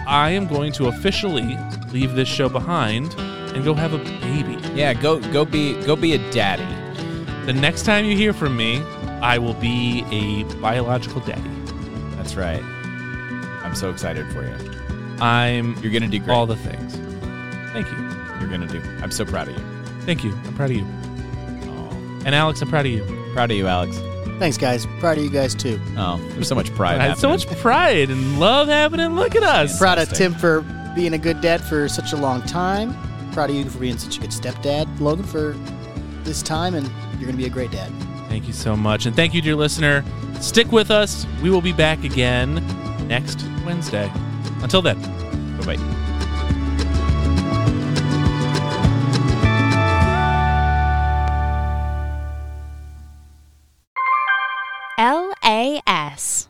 Speaker 3: I am going to officially leave this show behind and go have a baby.
Speaker 4: Yeah, go go be go be a daddy.
Speaker 3: The next time you hear from me, I will be a biological daddy.
Speaker 4: That's right. I'm so excited for you.
Speaker 3: I'm
Speaker 4: You're gonna do great.
Speaker 3: all the things. Thank you.
Speaker 4: You're gonna do. I'm so proud of you.
Speaker 3: Thank you. I'm proud of you. And Alex, I'm proud of you.
Speaker 4: Proud of you, Alex.
Speaker 5: Thanks, guys. Proud of you guys too.
Speaker 4: Oh, there's so much pride.
Speaker 3: I had so much pride and love happening. Look at us.
Speaker 5: Proud of
Speaker 4: Fantastic.
Speaker 5: Tim for being a good dad for such a long time. Proud of you for being such a good stepdad, Logan, for this time, and you're going to be a great dad.
Speaker 3: Thank you so much. And thank you, dear listener. Stick with us. We will be back again next Wednesday. Until then.
Speaker 4: Bye bye.
Speaker 1: LAS.